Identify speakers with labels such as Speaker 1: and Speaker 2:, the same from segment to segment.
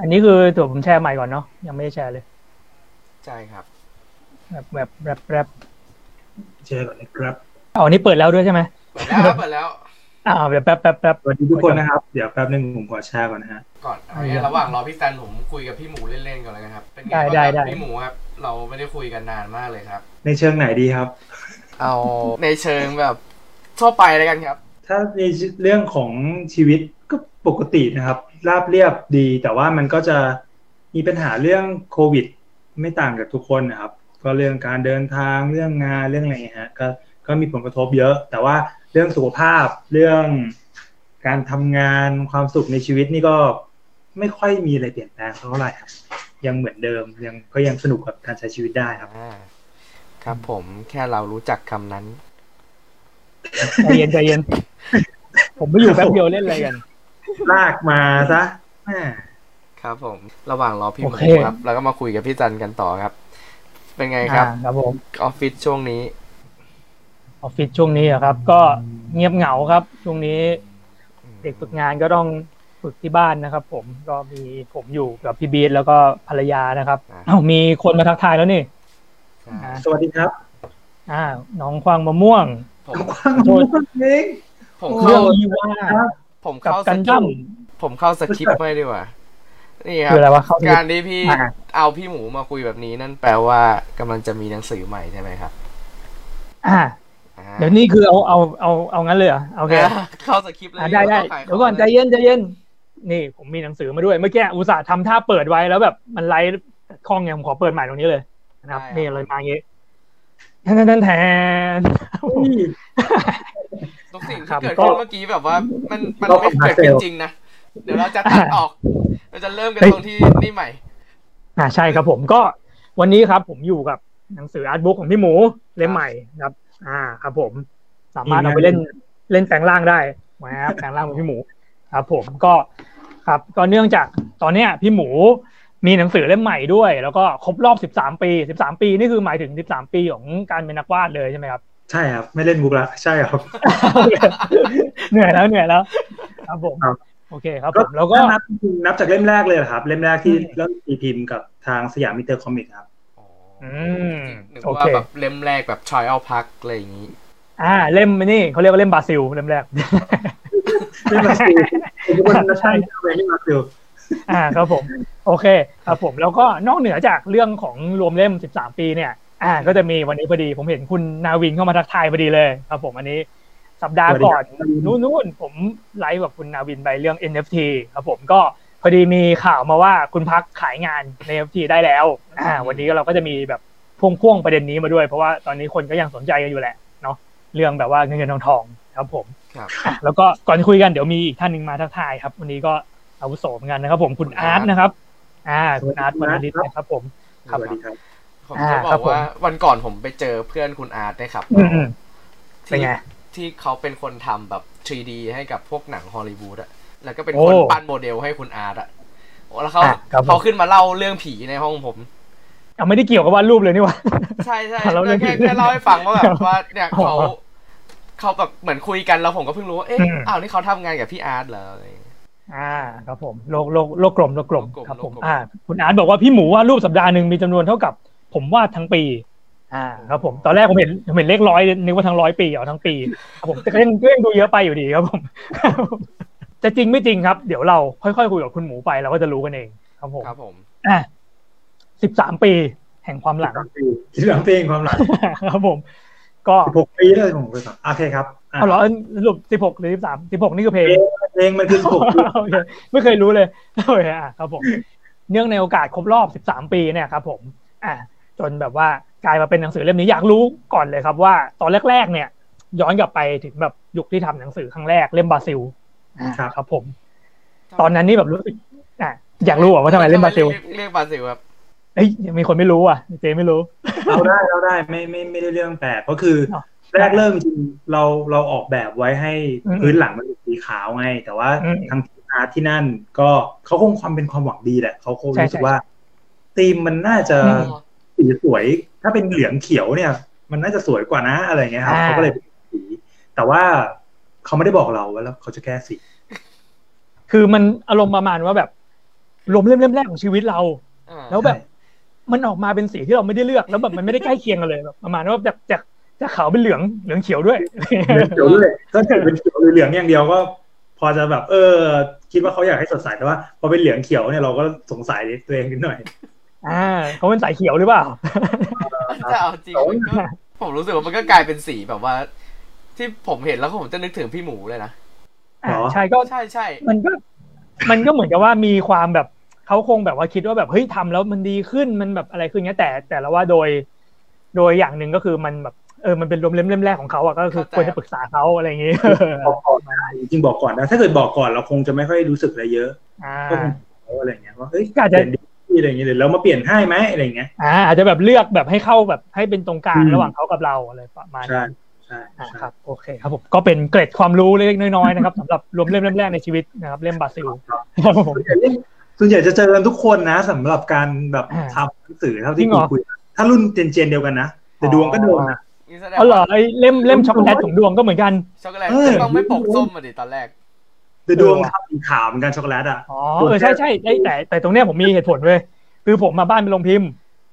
Speaker 1: อันนี้คือเดี๋ยวผมแชร์ใหม่ก่อนเนาะยังไม่ได้แชร์เลย
Speaker 2: ใช่ครับ
Speaker 1: แบบแบบแบบแบบ
Speaker 3: แชร์ก่อนนะครับ
Speaker 1: อ๋อนี่เปิดแล้วด้วยใช่ไหม
Speaker 2: เปิด แล้วเปิดแล้ว
Speaker 1: อ่าแบบแบบแบบแบบ
Speaker 3: สวัสดีทุกคนนะครับ เดี๋ยวแป๊บนึงผมขอแชร์ก่อนนะฮะ
Speaker 2: ก่อนเอา
Speaker 1: เอา
Speaker 2: งี้
Speaker 1: อย่าง
Speaker 2: ระหว่างรอพี่ซันผมคุยกับพี่หมูเล่นๆก่อนเลยนะครับ เป็นไง
Speaker 1: ได้
Speaker 2: บ้าง
Speaker 1: ได้
Speaker 2: ค
Speaker 1: ได้
Speaker 2: รับพี่หมูครับ เราไม่ได้คุยกันนานมากเลยครับ
Speaker 3: ในเชิงไหนดีครับ
Speaker 2: เอา ในเชิงแบบทั่วไปเลยกันครับ
Speaker 3: ถ้าในเรื่องของชีวิตก็ปกตินะครับ ราบเรียบดี แต่ว่ามันก็จะมีปัญหาเรื่องโควิด ไม่ต่างกับทุกคนนะครับ ก็เรื่องการเดินทางเรื่องงานเรื่องอะไรอย่างเงี้ยฮะก็ก็มีผลกระทบเยอะ แต่ว่าเรื่องสุขภาพเรื่องการทำงานความสุขในชีวิตนี่ก็ไม่ค่อยมีอะไรเปลี่ยนแปลงเท่าไหร่ครับยังเหมือนเดิมยังก็ยังสนุกกับการใช้ชีวิตได้ครับ
Speaker 2: อ่า ครับผมแค่เรารู้จักคำนั้น
Speaker 1: ใจเย็นใจเย็น ผมไม่อยู่แป๊บเดียวเล่นอะไรกัน
Speaker 3: ลากมาซะแม่
Speaker 2: ครับผม ระหว่างรอพี่หมู
Speaker 1: โอเค
Speaker 2: ครับ เราก็มาคุยกับพี่ซันกันต่อครับ เป็นไงครับ
Speaker 1: อ่าครับผม
Speaker 2: ออฟฟิศช่วงนี้
Speaker 1: ออฟฟิศช่วงนี้อะครับ ก็เงียบเหงาครับ ช่วงนี้เด็กฝึกงานก็ต้องฝึกที่บ้านนะครับ ผมก็มีผมอยู่กับพี่บีทแล้วก็ภรรยานะครับ
Speaker 2: อ่า
Speaker 1: เอ้ามีคนมาทักทายแล้วนี่
Speaker 2: ใช่
Speaker 3: สวัสดีครับ
Speaker 1: อ่าน้องควางมะม่วง
Speaker 2: ผม
Speaker 3: กว้างมากเอง
Speaker 2: ผม
Speaker 1: เรื่
Speaker 2: เข้า
Speaker 1: องยีว่า
Speaker 2: ผม
Speaker 1: กับ
Speaker 2: เข้าส
Speaker 1: กัน
Speaker 2: คริ
Speaker 1: ดั้
Speaker 2: ป
Speaker 1: ม
Speaker 2: ต์ผมเข้าสคริปต์ไม่ดีกว่า นี่ครั
Speaker 1: คือ
Speaker 2: บ
Speaker 1: อะไรวะเข้าดี
Speaker 2: การที่พี่
Speaker 1: อ่า
Speaker 2: เอาพี่หมูมาคุยแบบนี้นั่นแปลว่ากำลังจะมีหนังสือใหม่ใช่ไหมครับ
Speaker 1: อ่า
Speaker 2: อ่า
Speaker 1: เดี๋ยวนี้คือเอาเอาเอาเอางั้นเลยเหรอโอเค
Speaker 2: อ่า เข้าสคริปต์เลย
Speaker 1: อ่ะได้ได้
Speaker 2: ม่ต้งขา
Speaker 1: เดี๋ยวก่อนใจเย็นใจเย็น นี่ผมมีหนังสือมาด้วยเมื่อกี้อุตส่าห์ทำท่าเปิดไว้แล้วแบบมันไลฟ์คล่องไงผมขอเปิดใหม่ตรงนี้เลยนะครับนี่เลยมาอย่างงี้แทนแทนแทน
Speaker 2: ทุกสิ่งที่
Speaker 1: ครับ
Speaker 2: เกิด
Speaker 1: ก็
Speaker 2: ขึ้นเมื่อกี้แบบว่ามันมัน
Speaker 3: ก็
Speaker 2: ไม่
Speaker 3: ขอบคุณ
Speaker 2: เกิดขึ้น
Speaker 3: ครับ
Speaker 2: จริงนะ เดี๋ยวเราจะตัดออก เราจะเริ่มกัน
Speaker 1: เฮ้ย
Speaker 2: ตรงที่นี่ใหม่
Speaker 1: อ่าใช่ครับผมก็วันนี้ครับผมอยู่กับหนังสืออาร์ตบุ๊กของพี่หมูเล่มใหม่นะครับ อ่าครับผม สามารถเอาไปเล่นเล่นแปลงร่างได้นะครับแปลงร่างของพี่หมูครับผมก็ครับก็เนื่องจากตอนเนี้ยพี่หมูมีหนังสือเล่มใหม่ด้วย แล้วก็ครบรอบ 13 ปี 13 ปีนี่คือหมายถึง 13 ปีของการเป็นนักวาดเลยใช่ไหมครับ
Speaker 3: ใช่ครับ ไม่เล่นมุกละใช่ครับ
Speaker 1: เหนื่อยแล้วเหนื่อยแล้ว ครับผม
Speaker 3: ครับ
Speaker 1: โอเคครับผมแล้วก็
Speaker 3: ถ้านับนับจากเล่มแรกเลยเหรอครับ เล่มแรกที่
Speaker 1: ใช่
Speaker 3: เริ่มตีพิมพ์กับทางสยามมิเตอร์คอมิกครับ
Speaker 1: อืม
Speaker 2: นึก
Speaker 1: โอ
Speaker 2: ว่า
Speaker 1: เค
Speaker 2: แบบเล่มแรกแบบชอยเอาพักอะไรอย่างนี้
Speaker 1: อ่าเล่มนี่เขาเรียกว่าเล่มบราซิลเล่มแรก
Speaker 3: ไม่มาซิลเป็นคนนักช่างไม่มาซิล
Speaker 1: อ่าครับผมโอเคครับผมแล้วก็นอกเหนือจากเรื่องของรวมเล่ม 13 ปีเนี่ย อ่า ก็จะมีวันนี้พอดี ผมเห็นคุณนาวินเข้ามาทักทายพอดีเลยครับผมอันนี้สัปดาห์ก่อน นู่นนู่นผมไลฟ์กับคุณนาวินไปเรื่อง NFT ครับผมก็พอดีมีข่าวมาว่าคุณพักขายงานใน NFT ได้แล้วอ่าวันนี้เราก็จะมีแบบพ่วงพ่วงๆประเด็นนี้มาด้วย เพราะว่าตอนนี้คนก็ยังสนใจกันอยู่แหละเนาะเรื่องแบบว่าเงินเงินทองทองครับผม
Speaker 2: ครับ
Speaker 1: อ่ะแล้วก็ก่อนจะคุยกันเดี๋ยวมีอีกท่านหนึ่งมาทักทายครับ วันนี้ก็อาวุโสเหมือนกันนะครับ ผมคุณอาร์ตนะครับ อ่าคุณอาร์ตวรรณฤทธิ์นะครับผม
Speaker 3: สวัสดีครับ
Speaker 2: ผมจะบอ
Speaker 1: อ่าครับ
Speaker 2: ก
Speaker 1: ผม
Speaker 2: ว่าวันก่อนผมไปเจอเพื่อนคุณอาร์ตนะครับ
Speaker 1: อืมอืม เป็น
Speaker 2: ที่
Speaker 1: ไง
Speaker 2: ที่เขาเป็นคนทำแบบ 3D ให้กับพวกหนังฮอลลีวูดอะแล้วก็เป็นคน
Speaker 1: โอ้
Speaker 2: ปั้นโมเดลให้คุณอาร์ตอะโอ้แล้วเขา
Speaker 1: อ่ะครับผม
Speaker 2: เขาขึ้นมาเล่าเรื่องผีในห้องผม
Speaker 1: เอาไม่ได้เกี่ยวกับวาดรูปเลยนี่หว่า
Speaker 2: ใช่ใช่
Speaker 1: อ่ะ เล่าเรื่
Speaker 2: แค่
Speaker 1: อง
Speaker 2: แค่
Speaker 1: ผี
Speaker 2: แค่เล่าให้ฟังว่า แบบว่าเนี่ย
Speaker 1: อ๋อ
Speaker 2: เขาเขาแบบเหมือนคุยกันแล้วผมก็เพิ่งรู้ว่าเอ๊ะ
Speaker 1: อืม
Speaker 2: อ้าวนี่เขาทำงานกับพี่อาร์ตเหรออะไรอย่างเงี้ย
Speaker 1: อ่าครับผมโลกโลกโลกกลมโลกกลม
Speaker 2: โลก
Speaker 1: ค
Speaker 2: กลม
Speaker 1: รับผม
Speaker 2: โลกกลม
Speaker 1: อ่าคุณอาร์ตบอกว่าพี่หมูวาดรูปสัปดาห์หนึ่งมีจำนวนเท่ากับ ผมวาดทั้งปี อ่าครับผมตอนแรกผมเห็นผมเห็นเลขร้อยนึกว่าทั้งร้อยปีอ๋อทั้งปีครับผมแต่ก็ยังก็ยังดูเยอะไปอยู่ดีครับ ผมจะจริงไม่จริงครับ เดี๋ยวเราค่อยๆคุยกับคุณหมูไปเราก็จะรู้กันเอง ครับผม
Speaker 2: ครับผม
Speaker 1: อ่าสิบสามปีแห่งความหลัง
Speaker 3: สามปีสามปีเองความหลัง
Speaker 1: ครับผม ก็
Speaker 3: หกปีแล้วผมไปสามโอเคครับอ่ะ
Speaker 1: เอาเหรอสรุปสิบหกหรือสิบสามสิบหกนี่คือเพลง
Speaker 3: เพลงมันคือหกปี
Speaker 1: โอเคไม่เคยรู้เลย โอเคอ่ะครับผม เนื่องในโอกาสครบรอบ 13 ปีเนี่ยครับผมอ่ะจนแบบว่ากลายมาเป็นหนังสือเล่มนี้อยากรู้ก่อนเลยครับว่า ตอนแรก ๆ เนี่ย ย้อนกลับไปถึงแบบยุคที่ทำหนังสือครั้งแรกเล่มบราซิลอ่ะ
Speaker 3: ครับ
Speaker 1: ครับผม ตอนนั้นนี่แบบรู้สึกอ่ะอยากรู้เหรอว่าทำไมเล่นบราซิล
Speaker 2: เยเรียกบราซิลครับ
Speaker 1: เอ้ยยังมีคนไม่รู้อ่ะเจไม่รู้
Speaker 3: เราได้เราได้ไม่ไม่ไม่ได้เรื่องแปลกก็คือ
Speaker 1: เนอะ
Speaker 3: แรกเริ่มจริงเราเราออกแบบไว้ให้
Speaker 1: อืม
Speaker 3: พื้นหลังมันเป็นสีขาวไง แต่ว่า
Speaker 1: อืม
Speaker 3: ทางทีมอาร์ตที่นั่น ก็เขาคงความเป็นความหวังดีแหละเขาคง
Speaker 1: ใช่
Speaker 3: รู้สึกว่าธีมมันน่าจะ
Speaker 1: อืม
Speaker 3: สีสวย ถ้าเป็นเหลืองเขียวเนี่ย มันน่าจะสวยกว่านะอะไรเงี้ยครับเขาก็เลยเป็นสี แต่ว่าเขาไม่ได้บอกเราว่าแล้วเขาจะแก้สี
Speaker 1: คือมันอารมณ์ประมาณว่าแบบ รวมเล่มเล่มแรกของชีวิตเรา
Speaker 2: อ่า
Speaker 1: แล้วแบบ มันออกมาเป็นสีที่เราไม่ได้เลือกแล้วแบบมันไม่ได้ใกล้เคียงกันเลยแบบประมาณว่าจากจากจากขาวเป็นเหลืองเหลืองเขียวด้วย
Speaker 3: เป็นเขียวด้วยถ้าเกิดเป็นเขียวหรือเหลืองอย่างเดียวก็ พอจะแบบ เออ คิดว่าเขาอยากให้สดใสแต่ว่า พอเป็นเหลืองเขียวเนี่ยเราก็สงสัยตัวเองนิดหน่อย
Speaker 1: อ่าเขาเป็นสายเขียวหรือเปล่า
Speaker 2: แต่เอาจริงมันก็ผมรู้สึกว่ามันก็กลายเป็นสีแบบว่า ที่ผมเห็นแล้วผมจะนึกถึงพี่หมูเลยนะ
Speaker 1: อ่า
Speaker 3: หรอ
Speaker 1: ใช่ก็
Speaker 2: ใช่ใช่
Speaker 1: มันก็ มันก็เหมือนกับว่ามีความแบบเขาคงแบบว่าคิดว่าแบบเฮ้ยทำแล้วมันดีขึ้นมันแบบอะไรขึ้นเงี้ยแต่แต่ละว่าโดย โดยอย่างหนึ่งก็คือมันแบบเออมันเป็นรวมเล่มเล่มแรกของเขาอะก็คือควรจะปรึกษาเขาอะไรอย่างงี้
Speaker 3: บอกก่อนนะจริงๆบอกก่อนนะถ้าเกิดบอกก่อนเราคงจะไม่ค่อยรู้สึกอะไรเยอะ
Speaker 1: อ่า
Speaker 3: ก็คงเขาอะไรอย่างเงี้ยว่าเอ้ย
Speaker 1: ก็อาจ
Speaker 3: เป
Speaker 1: จะ
Speaker 3: ลี่ยนดีอะไรอย่างเงี้ยหรือเรามาเปลี่ยนให้ไหมอะไรอย่างเงี้ย
Speaker 1: อ่าอาจจะแบบเลือกแบบให้เข้าแบบให้เป็นตรงกลาง
Speaker 3: อืม
Speaker 1: ระหว่างเขากับเราอะไรประมาณ
Speaker 3: ใช่
Speaker 1: นั้น
Speaker 3: ใช่
Speaker 1: อ่า
Speaker 3: ใช่
Speaker 1: ครับโอเคครับผมก็เป็นเกร็ดความรู้เล็กๆน้อยๆนะครับสำห รับรวมเล่มเล่มแรกในชีวิตนะครับเล่มบาซิลครับผม
Speaker 3: ส่วนใหญ่ส่วนใหญ่จะเจอกันทุกคนนะสำหรับการแบบ
Speaker 1: อ่า
Speaker 3: ทำหนังสือเท่า
Speaker 1: จริ
Speaker 3: ที่
Speaker 1: งเหรอ
Speaker 3: คุยๆถ้ารุ่นเจนเจนเดียวกันนะแต่ดวงก็โดนนะ
Speaker 2: นี่แสดง
Speaker 1: อ๋อเหรอ
Speaker 2: ว่า
Speaker 1: ไอเล่มเล่มช็อกโกแลตของดวงก็เหมือนกัน
Speaker 2: ช็อกโกแลต
Speaker 3: เออ
Speaker 2: จะต้องไม่ปกส้มมาดิตอนแรก
Speaker 3: แต่ดวงทำสีขาวเหมือนกันช็อกโกแลตอ่ะ
Speaker 1: อ๋อเออใช่ใช่ไอ้แต่แต่ตรงเนี้ยผมมีเหตุผลเว้ยคือผมมาบ้านเป็นโรงพิมพ์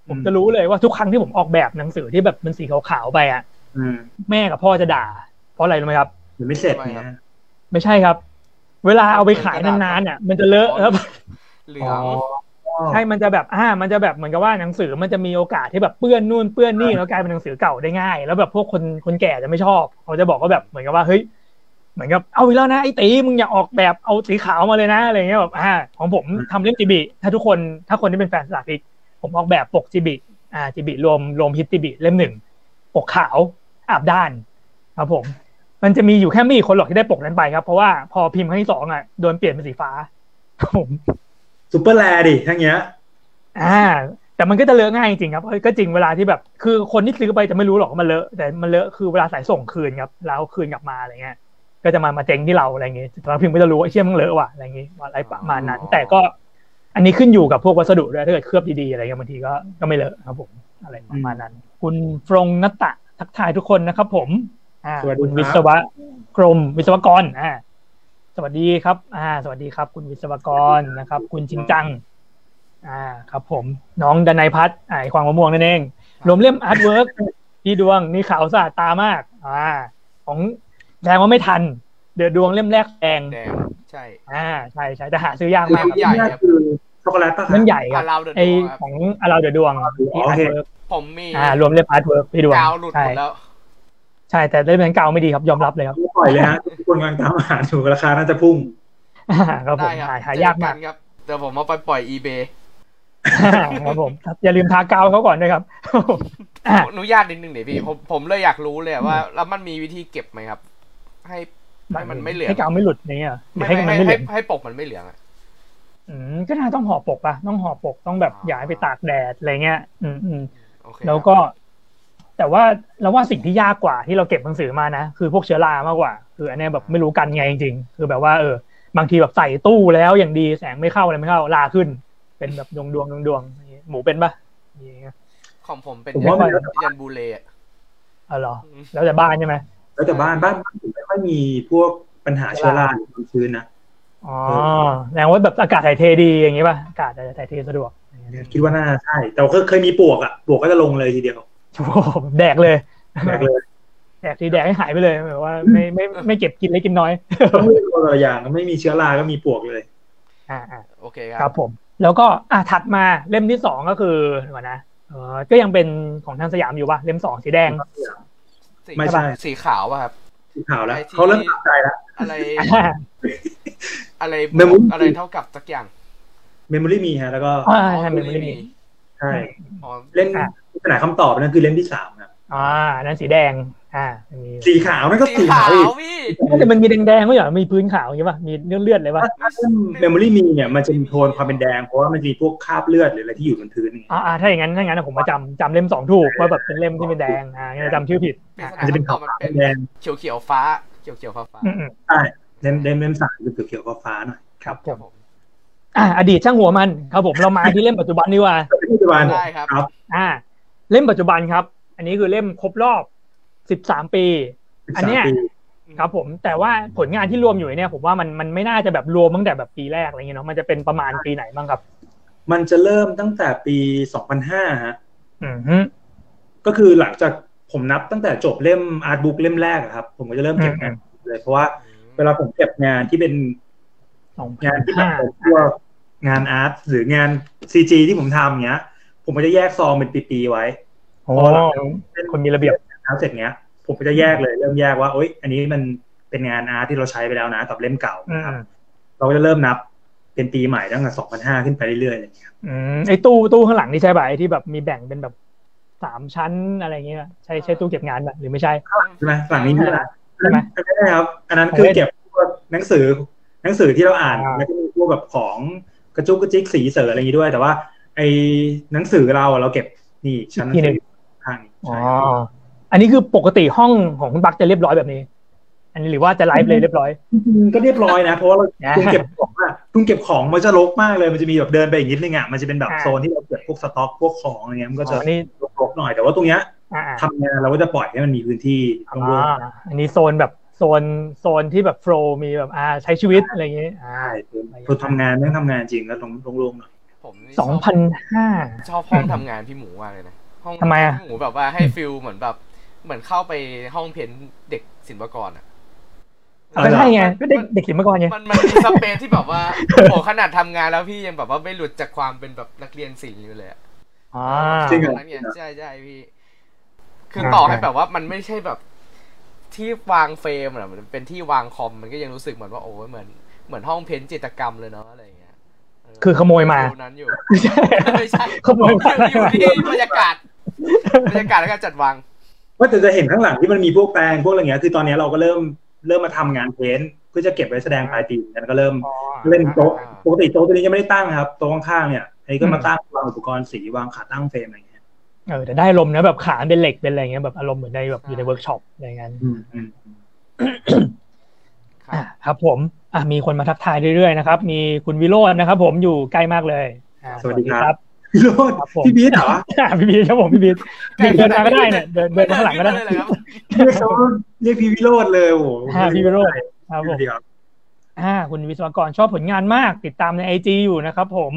Speaker 1: ผมจะรู้เลยว่าทุกครั้งที่ผมออกแบบหนังสือที่แบบมันสีขาวๆไปอ่ะ
Speaker 3: อืม
Speaker 1: แม่กับพ่อจะด่า เพราะอะไรรู้ไหมครับ
Speaker 3: หรือไม่เสร็จ
Speaker 2: ทำไมครับ
Speaker 3: นะ
Speaker 1: ไม่ใช่ครับ เวลาเอาไปขายนานๆเนี่ยมันจะเลอะครับ
Speaker 2: เหลือง
Speaker 1: ใช่มันจะแบบอ่ามันจะแบบเหมือนกับว่าหนังสือมันจะมีโอกาสที่แบบเปื้อนนู่นเปื้อนนี่แล้วกลายเป็นหนังสือเก่าได้ง่าย แล้วแบบพวกคนคนแก่จะไม่ชอบเขาจะบอกว่าแบบเหมือนกับว่าเฮ้ยเหมือนกับเอาอีกแล้วนะไอ้ตีมึงอย่าออกแบบเอาสีขาวมาเลยนะอะไรเงี้ยแบบอ่าของผมทำเล่มจีบีถ้าทุกคนถ้าคนที่เป็นแฟนสลากพิกผมออกแบบปกจีบีอ่าจีบีรวมรวมฮิตจีบีเล่มหนึ่งปกขาวอาบด้านครับผม มันจะมีอยู่แค่ไม่กี่คนหรอกที่ได้ปกนั้นไปครับเพราะว่าพอพิมพ์ครั้งที่สองอ่ะโดนเปลี่ยนเป็นสีฟ้าครับผม
Speaker 3: ซูเปอร์แลดิทั้งเนี้ย
Speaker 1: อ่าแต่มันก็จะเลอะง่ายจริงๆครับเอ้ยก็จริงเวลาที่แบบ คือคนที่ซื้อไปจะไม่รู้หรอกว่ามันเลอะแต่มันเลอะคือเวลาสายส่งคืนครับแล้วคืนกลับมาอะไรเงี้ยก็จะมามาเจ๊งที่เราอะไรเงี้ยแต่เราพิมพ์ก็จะรู้ว่าไอ้เชี่ยมันเลอะว่ะอะไรเงี้ยว่าอะไรประมาณนั้น
Speaker 2: อ๋อ
Speaker 1: แต่ก็ อันนี้ขึ้นอยู่กับพวกวัสดุด้วยถ้าเกิดเคลือบดีๆอะไรเงี้ยบางทีก็ก็ไม่เลอะครับผมอะไรประมาณนั้น คุณฟรงนัตตะทักทายทุกคนนะครับ ผมอ่า
Speaker 3: สวัสดี
Speaker 1: คุณ
Speaker 3: ครับ
Speaker 1: วิศวะกรมวิศวกรอ่าสวัสดีครับ อ่า สวัสดีครับ คุณวิศวกรนะครับ คุณจริงจัง อ่าครับผมน้องดนัยพัฒน์อ่าไอ้ควางมะม่วงนั่นเองรวมเล่มอาร์ตเวิร์ก พี่ดวงนี่ขาวสะอาดตามาก อ่า ของแดงว่าไม่ทัน เดือดดวงเล่มแรกแดง
Speaker 2: แดงใช่
Speaker 1: อ่าใช่ใช่แต่หาซื้อยากมาก
Speaker 2: เล่มใหญ่
Speaker 3: นี่คือช็อกโกแลตป่ะครับ
Speaker 1: เล่มใหญ่ครั
Speaker 2: อา
Speaker 1: บ
Speaker 2: ราวเดอะ
Speaker 1: ไอ
Speaker 2: ดวงครับ
Speaker 1: ของอาราเดือดดวงที่
Speaker 3: โอ
Speaker 1: อาร์
Speaker 3: เค
Speaker 1: ตเวิร์ก
Speaker 2: ผมมี
Speaker 1: อ่ารวมเล่มอาร์ตเวิร์กพี่ดวง
Speaker 2: กาวหลุดห
Speaker 1: ใช่
Speaker 2: มดแล้ว
Speaker 1: ใช่แต่เล่มนั้นเก่าไม่ดีครับยอมรับเลยครับ
Speaker 3: ปล่อยเลยฮะทุกคนกำลังตามหาถูกราคาน่าจะพุ่ง
Speaker 1: อ่า ครับผ
Speaker 2: ได้
Speaker 1: ม
Speaker 2: ครับ
Speaker 1: หาหายากมาก
Speaker 2: เจอนครับแต่ผมเอาไปปล่อย eBay
Speaker 1: ครับผม ครับอย่าลืมทากาวเขาก่อนด้วยครับ อ่ะ
Speaker 2: อนุญาตนิดนึงเดี๋ยวพี่ผมผมเลยอยากรู้เลยว่า แล้วมันมีวิธีเก็บไหมครับ ให้ ให้มันไม่เหลือง
Speaker 1: ให้กาวไม่หลุดอย่างเงี้ยหรือ
Speaker 2: ไม่
Speaker 1: ให้
Speaker 2: ไม่
Speaker 1: มัน
Speaker 2: ให้
Speaker 1: ไม่เหลื
Speaker 2: ให้
Speaker 1: อง
Speaker 2: ให้ปกมันไม่เหลืองอะ
Speaker 1: อืมก็น่าต้องห่อปกปะต้องห่อปกต้องแบบ
Speaker 2: อ๋ออ
Speaker 1: ย้ายไปตากแดดอะไรเงี้ยอืมอืม
Speaker 2: โอเค
Speaker 1: แล้วก็ แต่ว่าเราว่าสิ่งที่ยากกว่าที่เราเก็บหนังสือมานะคือพวกเชื้อรามากกว่า คืออันเนี้ยแบบไม่รู้กันไงจริงๆคือแบบว่าเออ บางทีแบบใส่ตู้แล้วอย่างดีแสงไม่เข้าอะไรไม่เข้าราขึ้น เป็นแบบดวงดวงดวงดวงๆอย่างงี้หมูเป็นปะอย่างเงี้ย
Speaker 2: ของผมเป็น
Speaker 3: ผม
Speaker 2: ยั
Speaker 3: ว่ามัน
Speaker 2: นยันบูเลอะ
Speaker 1: อ๋อเหรอแล้วแต่บ้านใช่ไหม
Speaker 3: แล้วแต่บ้านบ้านบ้านผมไม่ค่อยมีพวกปัญหาเชื้อราความชื้นนะ
Speaker 1: อ๋อแสดงว่าแบบอากาศถ่ายเทดีอย่างงี้ปะอากาศอาจจะถ่ายเทสะดวก
Speaker 3: คิดว่าน่าใช่ แต่เคยเคยมีปวกอ่ะปวกก็จะลงเลยทีเดียว
Speaker 1: ชัวร์แดกเลย
Speaker 3: แรกเลย
Speaker 1: แดกทีแดกให้หายไปเลยแบบว่าไม่ไม่ไม่เก็บกินเล็กกินน้อย
Speaker 3: ต้องเลือกคนละอย่างไม่มีเชื้อราก็มีปวกเลย
Speaker 1: อ่าอ่า
Speaker 2: โอเค
Speaker 1: ค
Speaker 2: ค
Speaker 1: รั
Speaker 2: รั
Speaker 1: บบ ผมแล้วก็อ่ะถัดมาเล่มที่สองก็คือเดี๋ยวก่อนนะเออก็ยังเป็นของทางสยามอยู่ปะเล่มสองสีแดง
Speaker 2: สี
Speaker 3: ไม่ใช่
Speaker 2: สีขาวป่ะครับ
Speaker 3: สีขาวแล้วเขาเริ่มตัดใจแล้ว
Speaker 2: อะไร อะไร
Speaker 3: เมมโมรี่
Speaker 2: อะไรเท่ากับสักอย่าง
Speaker 3: เมมโมรี่มีฮะแล้วก็
Speaker 1: อ่าใช่เมมโมรี่มี
Speaker 3: ใช่
Speaker 2: อ๋อ
Speaker 3: เล่นปัญหาคำตอบนั่นคือเล่มที่สามนะ
Speaker 1: อ่าอันนั้นสีแดงอ่ามี
Speaker 3: สีขาวนั่นก็
Speaker 2: สี
Speaker 3: สี
Speaker 2: ขา
Speaker 3: ขาว วอีก
Speaker 2: พี่
Speaker 1: แต่มันมีแดงๆไม่เหรอมีพื้นขาวอย่างงี้ป่ะมีเลือดเลือดๆเลยป่ะ
Speaker 3: เมมโมรี่มีเนี่ยมันจะมีโทนความเป็นแดง เพราะว่ามันจะมีพวกคราบเลือดหรืออะไรที่อยู่บนพื้นอย่างเงี้ย
Speaker 1: อ่าอ่าถ้าอย่างนั้นถ้าอย่างนั้นผมมาจำจำเล่มสองถูกว่าแบบเป็นเล่มที่เป็นแดงอ่างั้นจำชื่อผิด
Speaker 2: ปริ
Speaker 1: อ่า
Speaker 2: ศ
Speaker 1: อา
Speaker 2: นา
Speaker 1: จจะเป็น
Speaker 2: คำตอบมันเป็น
Speaker 3: แดง
Speaker 2: เขียวเขียวๆฟ้าเขียวเขียวๆฟ้าฟ้า
Speaker 1: อืมอืม
Speaker 3: เล่มเล่มเล่มสามจะเขียวๆฟ้าๆหน่อย
Speaker 1: ครับผ
Speaker 2: ครับ
Speaker 1: ม
Speaker 2: ผม
Speaker 1: อ่าอดีตช่างหัวมันครับผมเรามาที่เล่มปัจจุบันดีกว่า
Speaker 3: ปัจจุบัน
Speaker 2: ได้ครับ
Speaker 3: ครับ
Speaker 1: อ่า เล่มปัจจุบันครับ อันนี้คือเล่มครบรอบ 13 ปี อันเนี้ย
Speaker 3: 13ปี
Speaker 1: ครับผมแต่ว่าผลงานที่รวมอยู่เนี่ยผมว่ามันมันไม่น่าจะแบบรวมตั้งแต่แบบปีแรกอะไรเงี้ยเนาะมันจะเป็นประมาณปีไหนบ้างครับ
Speaker 3: มันจะเริ่มตั้งแต่ปีสองพันห้าฮะ
Speaker 1: อืมฮึ
Speaker 3: ก็คือหลังจากผมนับตั้งแต่จบเล่มอาร์ตบุ๊กเล่มแรกอะครับ ผมก็จะเริ่มเก็บงานเลยเพราะว่าเวลาผมเก็บงานที่เป็น
Speaker 1: สอง
Speaker 3: งานที่แบบ
Speaker 1: ห้า
Speaker 3: ผมพวกงานอาร์ตหรืองานซีจีที่ผมทำเนี้ย ผมก็จะแยกซองเป็นปีๆไว้
Speaker 1: โอ้คนมีระเบียบ
Speaker 3: แล้วเสร็จเนี้ยผมก็จะแยกเลยเริ่มแยกว่าโอ๊ยอันนี้มันเป็นงานอาร์ตที่เราใช้ไปแล้วนะกับเล่มเก่า
Speaker 1: อื
Speaker 3: นะครับ
Speaker 1: ม
Speaker 3: เราก็จะเริ่มนับเป็นปีใหม่ตั้งแต่2005 ขึ้นไปเรื่อยๆอย่างเงี้ย
Speaker 1: อืมไอ้ตู้ตู้ข้างหลังนี่ใช่ป่ะไอ้ที่แบบมีแบ่งเป็นแบบสามชั้นอะไรเงี้ยใช่ใช่ตู้เก็บงานป่ะหรือไม่ใช่
Speaker 3: ใช่ไหมฝั่งนี้นะ
Speaker 1: ใช่ไหม
Speaker 3: ไม่ได้ครับ อันนั้นคือเก็บพวกหนังสือหนังสือที่เราอ่าน
Speaker 1: อ่า
Speaker 3: แล้วก็มีพวกแบบของกระจุกกระจิกสีเสริอะไรอย่างงี้ด้วย แต่ว่า ไอ้หนังสือเราอะเราเก็บนี่ชั้นหนังสือข้างนี้
Speaker 1: อ๋อ
Speaker 3: ใช่ครับ
Speaker 1: อันนี้คือปกติห้องของคุณบักจะเรียบร้อยแบบนี้ อันนี้หรือว่าจะไลฟ์เลยเรียบร้อย
Speaker 3: จริงๆก็เรียบร้อยนะเพราะว่าเรา
Speaker 1: อ่า
Speaker 3: คุณเก็บของอะคุณเก็บของมันจะรกมากเลยมันจะมีแบบเดินไปอีกนิดนึงอะมันจะเป็นแบบโซนที่เราเก็บพวกสต็อกพวกของอะไรเงี้ยมัน
Speaker 1: อ๋
Speaker 3: ก็จะ
Speaker 1: อนี่
Speaker 3: รกๆหน่อยแต่ว่าตรงเนี้ย
Speaker 1: อ่าอ่า
Speaker 3: ทำงานเราก็จะปล่อยให้มันมีพื้นที่โล่
Speaker 1: อ่
Speaker 3: ง
Speaker 1: าอันนี้โซนแบบโซนโซนที่แบบโฟลมีแบบอ่าใช้ชีวิตอะไรอย่างงี้
Speaker 3: ๆ
Speaker 1: อ่า
Speaker 3: ใช่คือทำงานเรื่องทำงานจริงก็ลงโล่งๆหน่อย
Speaker 2: ผมนี่
Speaker 1: สองพันห้า
Speaker 2: ชอบห้องทำงานพี่หมูมากเลยนะห้อง
Speaker 1: ทำไมอะ
Speaker 2: พี่หมูแบบว่าให้ฟิลเหมือนแบบเหมือนเข้าไปห้องเพ้นท์เด็กศิลปากรอ่ะ
Speaker 1: ก็ใช่ไงก็เด็กเด็กศิลปากรไง
Speaker 2: มันมันมีสเปซที่แบบว่า โอ้โหขนาดทำงานแล้วพี่ยังแบบว่าไม่หลุดจากความเป็นแบบนักเรียนศิลป์อยู่เลยอะ
Speaker 1: อ่า
Speaker 3: จริงเหรอ
Speaker 2: นักเรียนใช่ใช่พี่ คือต่อให้แบบว่ามันไม่ใช่แบบที่วางเฟรมอะมันเป็นที่วางคอมมันก็ยังรู้สึกเหมือนว่าโอ้ยเหมือนเหมือนห้องเพ้นจิตรกรรมเลยเนาะอะไรอย่างเงี้ยเ
Speaker 1: คือขโมยมา
Speaker 2: ฟิลนั้นอยู่ ไม่ใช่
Speaker 1: ขโมยมา
Speaker 2: อยู่ที่บรรยากาศบรรยากาศและการจัดวาง
Speaker 3: ว่าแต่จะเห็นข้างหลังที่มันมีพวกแปลงพวกอะไรเงี้ยคือตอนเนี้ยเราก็เริ่มเริ่มมาทำงานเพ้นท์เพื่อจะเก็บไว้แสดงปลายปีแล้วก็เริ่มเล่นโต๊ะ
Speaker 2: อ่า
Speaker 3: ปกติโต๊ะตัวนี้ยังไม่ได้ตั้งนะครับโต๊ะข้างๆเนี่ยไอ้ก็มาตั้งวางอุปกรณ์สีวางขาตั้งเฟรมอะไรเงี้ย
Speaker 1: เออแต่ได้ลมณ์นะแบบขาเป็นเหล็กเป็นอะไรอย่างเงี้ยแบบอารมณ์เหมือนในแบบอยู่ในเวิร์กช็อปอะไรอย่างเงี้ย
Speaker 3: อืมอืม
Speaker 2: ครับ
Speaker 1: อ่าครับผมอ่ามีคนมาทักทายเรื่อยๆนะครับ มีคุณวิโรจน์นะครับ ผมอยู่ใกล้มากเลยอ่า
Speaker 3: สวัสดีครับ พี่โรด
Speaker 1: ครับผม
Speaker 3: พี่บีทเหรอ
Speaker 1: อ่าพี่บี ครับผมพี่บีเดินมาก็ได้เนี่ยเดินเดินมาข้างหลังก็ได้
Speaker 2: ม่เยครับ
Speaker 3: เรียกเขาเรียกพี่วิโรดเลยโอ้โห
Speaker 1: อ่าพี่วิโรจน์ ครับ
Speaker 3: ส
Speaker 1: ผ
Speaker 3: วั
Speaker 1: ม
Speaker 3: สดีครับ
Speaker 1: อ่าคุณวิศวกรชอบผลงานมากติดตามในไอจอยู่นะครับผม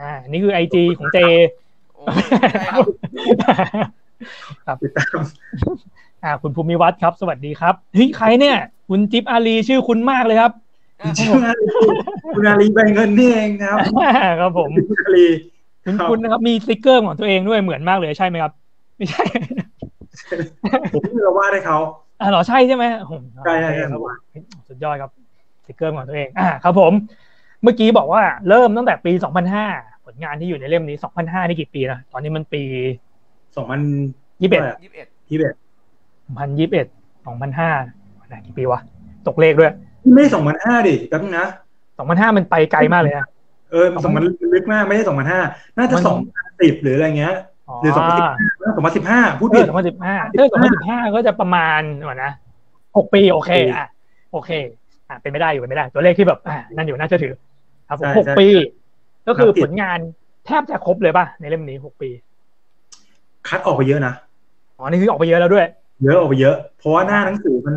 Speaker 1: อ่านี่คือไอจของเจ
Speaker 2: โอ้ยใช่ครับ
Speaker 3: ติดตาม
Speaker 1: อ่าคุณภูมิวัฒน์ครับ สวัสดีครับเฮ้ยใครเนี่ย คุณจิ๊บอาลีชื่อคุณมากเลยครับ
Speaker 3: คุณชื่ออาลีคุณอาลีใบเงินนี่เองนะครับ
Speaker 1: ครับผม
Speaker 3: คุณอาลี
Speaker 1: คุณ
Speaker 3: ครับ
Speaker 1: คุณนะครับมีสติกเกอร์ของตัวเองด้วยเหมือนมากเลยใช่ไหมครับ ไม่ใช่
Speaker 3: ผมเพิ่งเราวาดให้เขา
Speaker 1: อ่าเหรอใช่ใช่ไหมโอ้โห
Speaker 3: ใช่ใช่ใช่
Speaker 1: ค
Speaker 3: ค
Speaker 1: รั
Speaker 3: รั
Speaker 1: บบ ผมสุดยอดครับสติกเกอร์ของตัวเองอ่าครับผม เมื่อกี้บอกว่าเริ่มตั้งแต่ปี 2005 ผลงานที่อยู่ในเล่มนี้ 2005 นี่กี่ปีนะตอนนี้มันปี
Speaker 3: สองพัน
Speaker 1: 21
Speaker 2: ยี่สิบเอ็ด
Speaker 3: ยี่สิบเอ็ด
Speaker 1: พันยี่สิบเอ็ดสองพันห้ากี่ปีวะ ตกเลขด้วย
Speaker 3: ไม่สองพันห้าดิแป๊บนึงนะ
Speaker 1: สองพันห้ามันไปไกลมากเลยนะ
Speaker 3: เออสองพันลึกมากไม่ใช่สองพันห้าน่าจะ
Speaker 1: มัน
Speaker 3: สองพันสิบหรืออะไรเงี้ย
Speaker 1: อ๋อ
Speaker 3: หรือสองพันสิบห้าสองพันสิบห้าพูด
Speaker 1: เอ
Speaker 3: ผิ
Speaker 1: อ
Speaker 3: ด
Speaker 1: สองพันสิบห้าเออสองพันสิบห้าก็จะประมาณก่อนนะหกปีโอเค อ่ะ โอเค อ่ะเป็นไม่ได้อยู่เป็นไม่ได้ ตัวเลขที่แบบอ่ะนั่นอยู่น่าจะถือ ครับผม
Speaker 3: ใช่
Speaker 1: หก
Speaker 3: ใช่
Speaker 1: ปี ก็คือ
Speaker 3: นับผิด
Speaker 1: ผลงานแทบจะครบเลยป่ะ ในเล่มนี้หกปี
Speaker 3: คัดออกไปเยอะนะ
Speaker 1: อ๋อ นี่คือออกไปเยอะแล้วด้วย
Speaker 3: เยอะออกไปเยอะ เพราะว่าหน้าหนังสือมัน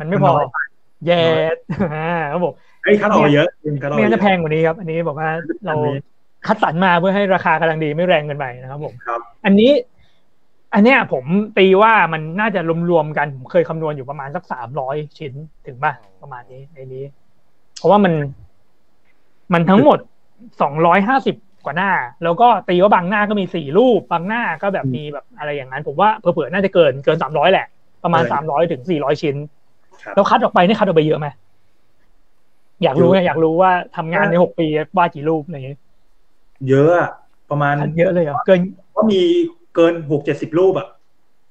Speaker 1: มันไม่พอ
Speaker 3: มันน้อยไป
Speaker 1: เย็ด อ่าครับผม
Speaker 3: ไอ้ยคัดออกไปเยอะจริงคัดออก
Speaker 1: ไม่
Speaker 3: ไป
Speaker 1: งั้น
Speaker 3: เย
Speaker 1: จะ
Speaker 3: อะ
Speaker 1: แพงกว่านี้ครับ อันนี้บอกว่าเรา
Speaker 3: อันนี้
Speaker 1: คัดสรรมาเพื่อให้ราคากำลังดีไม่แรงเกินไปนะครับผม
Speaker 3: ครับ
Speaker 1: อันนี้ อันเนี้ยผมตีว่ามันน่าจะรวมๆกัน ผมเคยคำนวณอยู่ประมาณสักสามร้อยชิ้นถึงป่ะประมาณนี้ในนี้ เพราะว่ามัน มันทั้งหมดสองร้อยห้าสิบกว่าหน้า แล้วก็ตีว่าบางหน้าก็มีสี่รูป บางหน้าก็แบบมีแบบอะไรอย่างนั้น ผมว่าเผื่อๆน่าจะเกินเกินสามร้อยแหละ ประมาณ
Speaker 3: เกิ
Speaker 1: สามร้อยถึงสี่ร้อยชิ้น
Speaker 3: ครับ
Speaker 1: แล้วคัดออกไปเนี่ยคัดออกไปเยอะไหมอยากรู้ไงอยากรู้ว่าทำงานในหกปีวาดกี่รูปอะไรอย่างเงี้ย
Speaker 3: เยอะอะประมาณ
Speaker 1: คัดเยอะเลยเหรอเกิน
Speaker 3: ก็มีเกินหกเจ็ดสิบรูปอ่ะ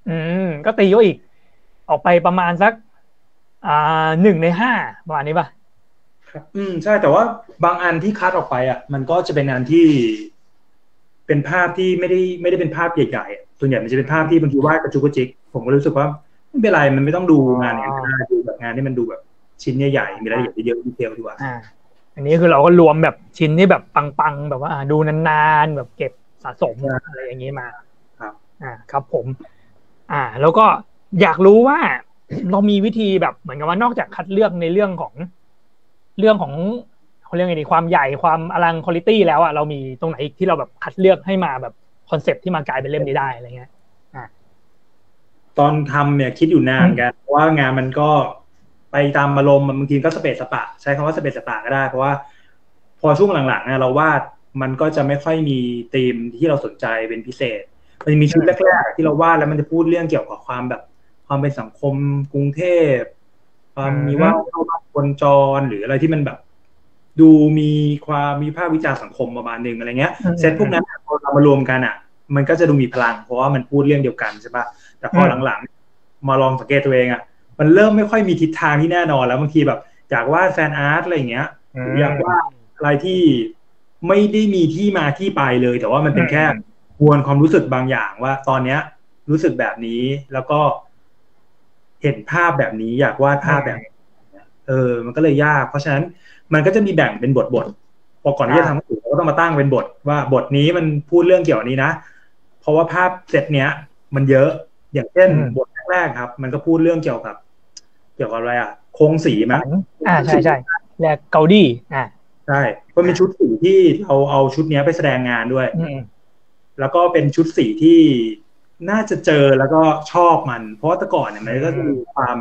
Speaker 1: อืมก็ตีก็อีก ออกไปประมาณสัก อ่าหนึ่งในห้าประมาณนี้ป่ะ
Speaker 3: อืมใช่แต่ว่าบางอันที่คัดออกไปอ่ะ มันก็จะเป็นงานที่ เป็นภาพที่ไม่ได้ไม่ได้เป็นภาพใหญ่ๆอะส่วนใหญ่มันจะเป็นภาพที่บางทีวาดกระจุกกระจิก ผมก็รู้สึกว่าไม่เป็นไรมันไม่ต้องดูงานอย่างนั้นก็ได้ดูแบบงานที่มันดูแบบชิ้นใหญ่ๆมีรายละเอียดเยอะดีเทลดีกว่า
Speaker 1: อ่า อันนี้คือเราก็รวมแบบชิ้นที่แบบปังๆ แบบว่าอ่าดูนานๆ แบบเก็บสะสมอะไรอย่างนี้มาอ่าครับผม อ่า แล้วก็อยากรู้ว่า เรามีวิธีแบบเหมือนกับว่านอกจากคัดเลือกในเรื่องของเรื่องของเขาเรียกไงดีความใหญ่ความอลังคุณ i t y แล้วอะเรามีตรงไหนอีกที่เราแบบคัดเลือกให้มาแบบคอนเซปที่มากลายเป็นเล่มนี้ได้อะไรเงี้ย
Speaker 3: ตอนทำเนี่ยคิดอยู่นานเหมือนกันเพราะว่างานมันก็ไปตามอารมณ์มันบางทีก็สเปซสปะ ใช้คำว่าสเปซสปะก็ได้ เพราะว่า พอช่วงหลังๆเนี่ยเราวาดมันก็จะไม่ค่อยมีธีมที่เราสนใจเป็นพิเศษ มันจะมีชุดแรกๆที่เราวาดแล้วมันจะพูดเรื่องเกี่ยวกับความแบบ ความเป็นสังคมกรุงเทพความ
Speaker 1: อืม
Speaker 3: มีว่าเข้าบ้านคนจรหรืออะไรที่มันแบบ ดูมีความมีภาพวิจารณ์สังคมประมาณหนึ่งอะไรเงี้ย เซตพวกนั้นอะพอเรามารวมกันอ่ะ มันก็จะดูมีพลัง เพราะว่ามันพูดเรื่องเดียวกันใช่ปะแต่พอ
Speaker 1: อืม
Speaker 3: หลังๆ มาลองสังเกตตัวเองอ่ะ มันเริ่มไม่ค่อยมีทิศทางที่แน่นอนแล้วบางทีแบบอยากวาดแฟนอาร์ตอะไรอย่างเงี้ยหรืออยากวาดอะไรที่ไม่ได้มีที่มาที่ไปเลย แต่ว่ามันเป็นแค่มวลความรู้สึกบางอย่างว่า ตอนเนี้ย รู้สึกแบบนี้แล้วก็ เห็นภาพแบบนี้ อยากวาดภาพแบบนี้เออ มันก็เลยยาก เพราะฉะนั้นมันก็จะมีแบ่งเป็นบทบทๆพอก่อนที่จะทำหนังสือเราก็ต้องมาตั้งเป็นบท ว่าบทนี้มันพูดเรื่องเกี่ยวกับนี้นะ เพราะว่าภาพเซตเนี้ย มันเยอะอย่างเช่น
Speaker 1: อืม
Speaker 3: บทแรกๆครับ มันก็พูดเรื่องเกี่ยวกับ เกี่ยวกับอะไรอ่ะโครงสีมั้ง
Speaker 1: อ่าใช่ใช่แลกเกาดี้อ่า
Speaker 3: ใช่ก็เป็นชุดสีที่เอาเอาชุดเนี้ยไปแสดงงานด้วย
Speaker 1: อืม
Speaker 3: แล้วก็เป็นชุดสีที่น่าจะเจอแล้วก็ชอบมัน เพราะว่าแต่ก่อนเนี่ยมันก็จะมีความ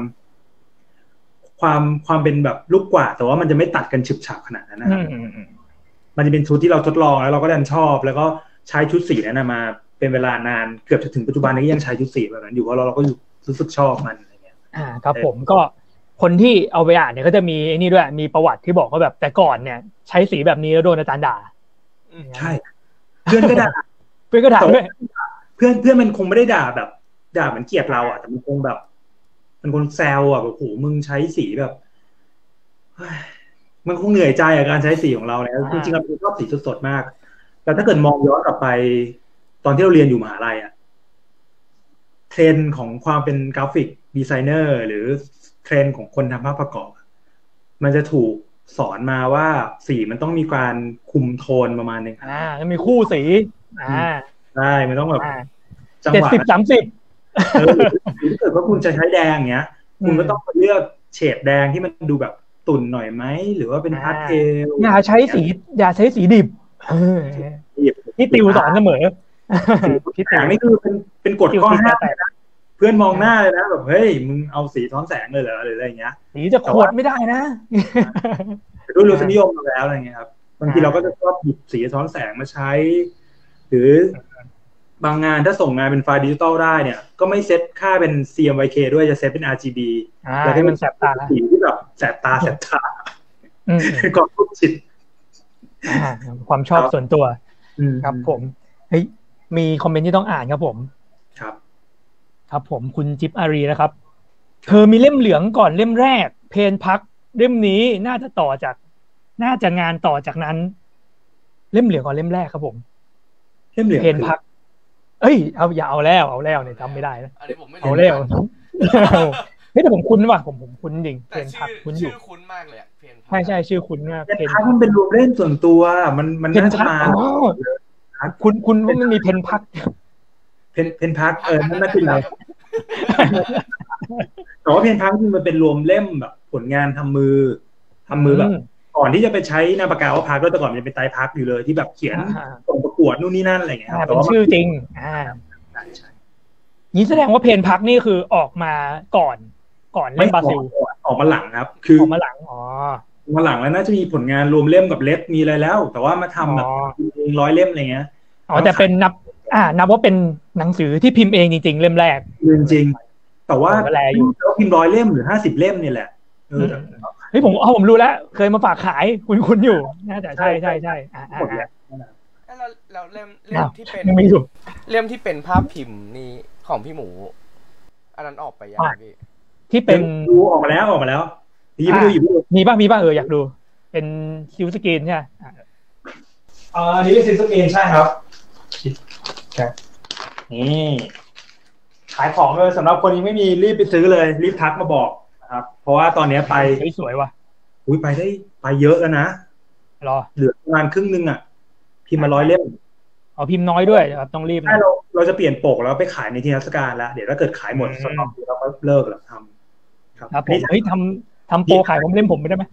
Speaker 3: ความความเป็นแบบลูกกว่าดแต่ว่ามันจะไม่ตัดกันฉึบฉับขนาดนั้นนะครับ มันจะเป็นชุดที่เราทดลองแล้วเราก็ดันชอบ แล้วก็ใช้ชุดสีนั้นนะมา เป็นเวลานานเกือบจะถึงปัจจุบันนี้ก็ยังใช้ชุดสีแบบนั้นอยู่เพราะเราเราก็อยู่รู้สึกชอบมันอะไรเงี้ย
Speaker 1: อ่าครับผมก็คนที่เอาไปอ่านเนี่ยก็จะมีไอ้นี่ด้วยมีประวัติที่บอกว่าแบบแต่ก่อนเนี่ย ใช้สีแบบนี้แล้วโดนอาจารย์ด่า
Speaker 3: ใช่ เพื่อนก็ด่า
Speaker 1: เพื่อนก็ด่าด้วย
Speaker 3: เพื่อนเพื่อนมันคงไม่ได้ด่าแบบ ด่าเหมือนเกลียดเราอ่ะแต่มันคงแบบ มันคงแซวอ่ะแบบโหมึงใช้สีแบบเฮ้ยมันคงเหนื่อยใจกับการใช้สีของเราแล้วจริงๆเราเป็นคนชอบสีสดๆมาก แต่ถ้าเกิดมองย้อนกลับไป ตอนที่เราเรียนอยู่มหาลัยอ่ะเทรนด์ของความเป็นกราฟิกดีไซเนอร์ หรือเทรนด์ของคนทำภาพประกอบอะมันจะถูกสอนมาว่าสีมันต้องมีการคุมโทนประมาณหนึ่ง
Speaker 1: อ่าจะมีคู่สี อ่า
Speaker 3: ใช่มันต้องแบบ
Speaker 1: อ่า
Speaker 3: จัง
Speaker 1: เจ็ด
Speaker 3: หวะ
Speaker 1: สิบสามสิบ
Speaker 3: เออหรือถ้าเกิดว่าคุณจะใช้แดงเงี้ย คุณก็ต้องเลือกเฉดแดงที่มันดูแบบตุ่นหน่อยไหม หรือว่าเป็น
Speaker 1: อ่า
Speaker 3: พาสเทล
Speaker 1: อย่าใช้สีอย่าใช้สีดิบเออพี่ติวสอนเสมอพี่ติ
Speaker 3: แต่
Speaker 1: ว
Speaker 3: ไม่คือเป็นเป็นกฎ
Speaker 1: ติว
Speaker 3: ข้อ
Speaker 1: ติว
Speaker 3: ห้าม
Speaker 1: แต่
Speaker 3: เพื่อนมองหน้าเลยนะแบบเฮ้ยมึงเอาสีท้อนแสงเลยเหรอหรืออะไรอย่างเงี้ย
Speaker 1: สีจะขวดไม่ได้นะ
Speaker 3: แต่ด้วยรสนิยมเราแล้วอะไรเงี้ยครับบางที
Speaker 1: อ่า
Speaker 3: เราก็จะชอบหยิบสีท้อนแสงมาใช้ หรือบางงานถ้าส่งงานเป็นไฟล์ดิจิตอลได้เนี่ย ก็ไม่เซ็ตค่าเป็น CMYK ด้วยจะเซ็ตเป็น RGB
Speaker 1: อ่า
Speaker 3: แล้วให้
Speaker 1: มั
Speaker 3: มัน น
Speaker 1: แสบตา
Speaker 3: สีที่แบบแสบตาแสบตา
Speaker 1: อืม
Speaker 3: เป็นกรอบรูปจิต
Speaker 1: อ่าความชอบส่วนตัว
Speaker 3: อืม
Speaker 1: ครับผมเฮ้ยมีคอมเมนต์ที่ต้องอ่านครับผม
Speaker 3: ครับ
Speaker 1: ครับผมคุณจิ๊บอารีนะครับ เธอมีเล่มเหลืองก่อนเล่มแรก เพนพักเล่มนี้น่าจะต่อจาก น่าจะงานต่อจากนั้น เล่มเหลืองก่อนเล่มแรกครับผม
Speaker 3: เล่มเหลือง
Speaker 1: เพนพัก เอ้ยเอาอย่าเอาแล้วเอาแล้วเนี่ยจำไม่ได้นะ
Speaker 2: อันนี้ผมไม่รู้
Speaker 1: เอาแล้ว เฮ้ยแต่ผมคุ้นว่ะผมผมคุ้นจริงเพ
Speaker 2: แต่
Speaker 1: น
Speaker 2: ชื่
Speaker 1: พัก
Speaker 2: อ
Speaker 1: คุ้นอ
Speaker 2: ชื่
Speaker 1: ยู่
Speaker 2: อคุ้นมากเลยอะเพนพัก
Speaker 1: ใช่ใช่ชื่อคุ้นมาก
Speaker 3: คือเพ
Speaker 1: เพ
Speaker 3: น
Speaker 1: น
Speaker 3: พักมันเป็นรวมเล่นส่วนตัวมันมัน
Speaker 1: เพน
Speaker 3: น่าจะ
Speaker 1: พัก
Speaker 3: มา
Speaker 1: อ๋อคุณคุณว่ามันมีเพนพัก
Speaker 3: เพนเพนพักเออนั่นน่าจะเป็น
Speaker 2: อะ
Speaker 3: เรา
Speaker 2: ไร
Speaker 3: แต่ว่าเพนพักจริงมันเป็นรวมเล่มแบบ ผลงานทำมือทำมือแบบ ก่อนที่จะไปใช้นามปากกาว่าพักก็แต่ก่อนมันจะเป็นไตรพักอยู่เลยที่แบบเขียน
Speaker 1: อ่า
Speaker 3: ส่งประกวดนู่นนี่นั่นอะไรอย่างเงี้ยค
Speaker 1: อ่า
Speaker 3: รั
Speaker 1: เป็
Speaker 3: บแต่
Speaker 1: น
Speaker 3: ว่ามัน
Speaker 1: ชื่อจริง อ่า
Speaker 3: ใช่ใช่
Speaker 1: นี้แสดงว่าเพนพักนี่คือออกมาก่อนก่อนเล่นบราซิล
Speaker 3: ออกออกมาหลังครับ คือ
Speaker 1: อ
Speaker 3: อ
Speaker 1: อกมาหลังอ๋อ
Speaker 3: ออกมาหลังแล้วน่าจะมีผลงานรวมเล่มกับเล็บมีอะไรแล้ว แต่ว่ามาทำ
Speaker 1: อ๋อ
Speaker 3: แบบร้อยเล่มอะไรเงี้ย
Speaker 1: อ๋อแต่เป็นนับ อ่า นับว่าเป็นหนังสือที่พิมพ์เองจริง ๆ เล่มแรก
Speaker 3: จริงจริงๆแต่ว่า
Speaker 1: ออกมาแล้วอยู่
Speaker 3: แต่ว่าพิมพ์ร้อยเล่มหรือห้าสิบเล่มเนี่ยแหละเออแต่
Speaker 1: เฮ้ยผมอ๋อผมรู้แล้ว เคยมาฝากขายคุณคุณอยู่น่าจะใช่ใช่ใช่อ่าอ่า
Speaker 3: หมดแล้
Speaker 1: อ่าว
Speaker 2: แล้วแล้วเล่มเล่มที่เป็น
Speaker 1: ยังมีอยู่
Speaker 2: เล่มที่เป็นภาพพิมพ์นี่ของพี่หมู อันนั้นออกไปยัง
Speaker 1: อ่ะ
Speaker 2: พี่
Speaker 1: ที่เป็น
Speaker 3: ดูออกมาแล้วออกมาแล้วหยิบไปดู
Speaker 1: อ่ะ
Speaker 3: หยิบไปดู
Speaker 1: มีป่ะมีป่ะเอออยากดู เป็นซิลสกรีนใช่ไหมอ่ะ
Speaker 3: อ่านี่เป็นซิสเกนใช่ครับครับ นี่ขายของเลยสำหรับคนยังไม่มีรีบไปซื้อเลย รีบทักมาบอกนะครับ เพราะว่าตอนเนี้ยไป
Speaker 1: สวยๆว่ะ
Speaker 3: อุ้ยไปได้ไปเยอะแล้วนะ
Speaker 1: รอ
Speaker 3: เหลือประมาณครึ่งนึงอ่ะ พิมพ์มาร้อยเล่ม
Speaker 1: เอาพิมพ์น้อยด้วยเดี๋ยวครับต้องรีบนะ
Speaker 3: ถ้าเราเราจะเปลี่ยนปกแล้วไปขายในที่นิทรรศการแล้ว เดี๋ยวถ้าเกิดขายหมด
Speaker 1: อืม
Speaker 3: สต็อกเราก็เลิกแล้วท ครับ
Speaker 1: ครับผ
Speaker 3: นี่
Speaker 1: มเฮ้ยทำทำโปรขายพร้อมเล่มผมไปได้ไหม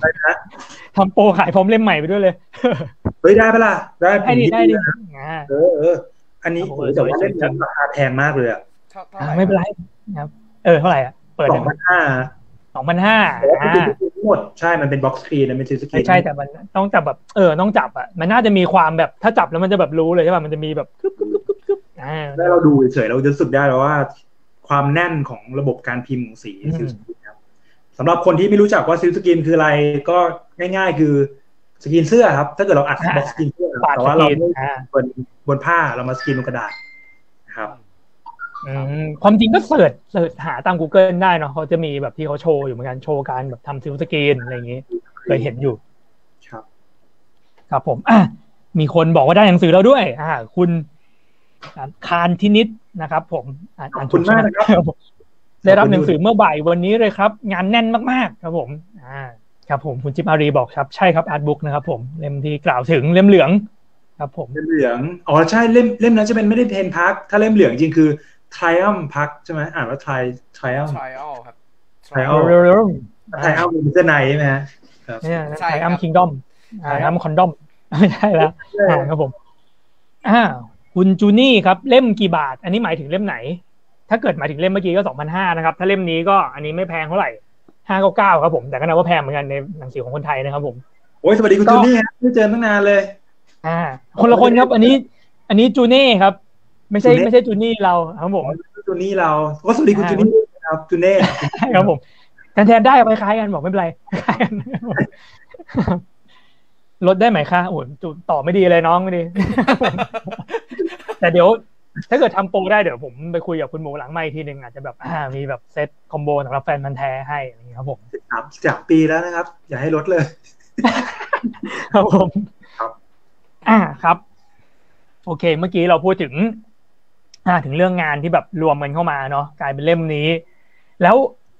Speaker 3: ไปนะ
Speaker 1: ทำโปรขายพร้อมเล่มใหม่ไปด้วยเลย
Speaker 3: เฮ้ยได้ปะล่ะได้ผม
Speaker 1: ให้ดีได้ดี
Speaker 3: นะ
Speaker 1: อ่า
Speaker 3: เออเอออันนี้
Speaker 1: ครับผม
Speaker 3: โอ้ยแต่ว่าเล่นนั้นราคาแพงมากเลยอะ
Speaker 2: เท่าเท่า
Speaker 1: อ่า
Speaker 2: ไหร่
Speaker 1: ไม่เป็นไรนะครับเออเท่าไหร่อ่ะเปิด
Speaker 3: สองพันห้า
Speaker 1: สองพันห้า
Speaker 3: แต่ว่ามัน
Speaker 1: อ่า
Speaker 3: เป็นทั้งหมดใช่มันเป็นบ็อกซ์สกรีนนะเป็นซีสกรีน
Speaker 1: ไม่ใช่แต่มันต้องจับแบบเออต้องจับอ่ะมันน่าจะมีความแบบถ้าจับแล้วมันจะแบบรู้เลยใช่ป่ะมันจะมีแบบกึ๊บกึ๊บกึ๊บกึ๊บกึ๊บอ่า
Speaker 3: แล้วเราดูเฉยๆเราจะรู้สึกได้แล้วว่า ความแน่นของระบบการพิมพ์ของสี
Speaker 1: อืม
Speaker 3: ซิลสกรีนครับสำหรับคนที่ไม่รู้จักว่าซิลสกรีนคืออะไรก็ง่ายๆคือสกรีนเสื้อครับ ถ้าเกิดเราอัดบ็อกซ์สกรีนเสื้อครับ
Speaker 1: ปาด
Speaker 3: แต่
Speaker 1: ส
Speaker 3: ว่าก เรา
Speaker 1: รีน
Speaker 3: ไม่
Speaker 1: อ่า
Speaker 3: บนบนผ้าเรามาสกรีนบนกระดาษนะครับ
Speaker 1: อืมความจริงก็เสิร์ชเสิร์ชหาตาม Google ได้เนาะเขาจะมีแบบที่เขาโชว์อยู่เหมือนกันโชว์การแบบทำซิลสกรีนอะไรอย่างงี้เคยเห็นอยู่
Speaker 3: ครับ
Speaker 1: ครับผมอ่ะมีคนบอกว่าได้หนังสือแล้วด้วย อ่า คุณอ่าคารทินิดนะครับ ผมอ่าน
Speaker 3: ขอ
Speaker 1: อ่าน
Speaker 3: บคุณมากนะครับ
Speaker 1: ครับผมได้รับหนังสือเมื่อบ่ายวันนี้เลยครับ งานแน่นมากๆ ครับผม อ่า ครับผมคุณจิบอารีบอกครับใช่ครับอาร์ตบุ๊กนะครับผมเล่มที่กล่าวถึงเล่มเหลืองครับผม
Speaker 3: เล่มเหลืองอ๋อใช่เล่มเล่มนั้นจะเป็นไม่ได้เพนพักถ้าเล่มเหลืองจริงคือ Triumph พักใช่ไหมอ่านว่า Tri Triumph
Speaker 2: ทริอัลครับ
Speaker 3: trial
Speaker 1: เร็วๆเร็วๆ
Speaker 3: Triumph มันเป็นเสื้อในใช่ไหมฮะครับ
Speaker 1: เนี่ยนะ
Speaker 2: ใช่
Speaker 1: ไท
Speaker 2: ครับ
Speaker 1: อัมคิงดอมอ่าอัมคอนดอม ไม่ใช่แล้วอ่าครับผมอ่าคุณจูนี่ครับ เล่มกี่บาท อันนี้หมายถึงเล่มไหน ถ้าเกิดหมายถึงเล่มเมื่อกี้ก็สองพันห้านะครับ ถ้าเล่มนี้ก็อันนี้ไม่แพงเท่าไหร่ห้าเก้าเก้าครับผม แต่ก็นับว่าแพงเหมือนกันในหนังสือของคนไทยนะครับผม
Speaker 3: โอ้ยสวัสดีคุณ
Speaker 1: ก็
Speaker 3: จูนี่ฮะไม่เจอตั้งนานเลย
Speaker 1: อ่า คนละคนครับ อันนี้ อันนี้จูนี่ครับ ไม่ใช่
Speaker 3: จูนี่
Speaker 1: ไม่ใช่จูนี่เราครับผม
Speaker 3: จูนี่เราก็สวัสดีคุณจูนี่ด้วยนะครับจูเน่
Speaker 1: ใช่ครับผมแทนแทนได้เอาไปคล้ายกันบอกไม่เป็นไร คล้ายกันลดได้ไหมคะโอ้ยจุดต่อไม่ดีเลยน้องไม่ดี แต่เดี๋ยว ถ้าเกิดทำโปรได้เดี๋ยวผมไปคุยกับคุณหมูหลังไม่ทีหนึ่งอาจจะแบบอ่ามีแบบเซตคอมโบสำหรับแฟนมันธุ์แท้ให้อะไรอย่างนี้ยครับผม
Speaker 3: สามสามปีแล้วนะครับ อย่าให้ลดเลย
Speaker 1: ครับผม
Speaker 3: ครับ
Speaker 1: อ่าครับ โอเค เมื่อกี้เราพูดถึง อ่า ถึงเรื่องงานที่แบบรวมกันเข้ามาเนาะกลายเป็นเล่มนี้ แล้ว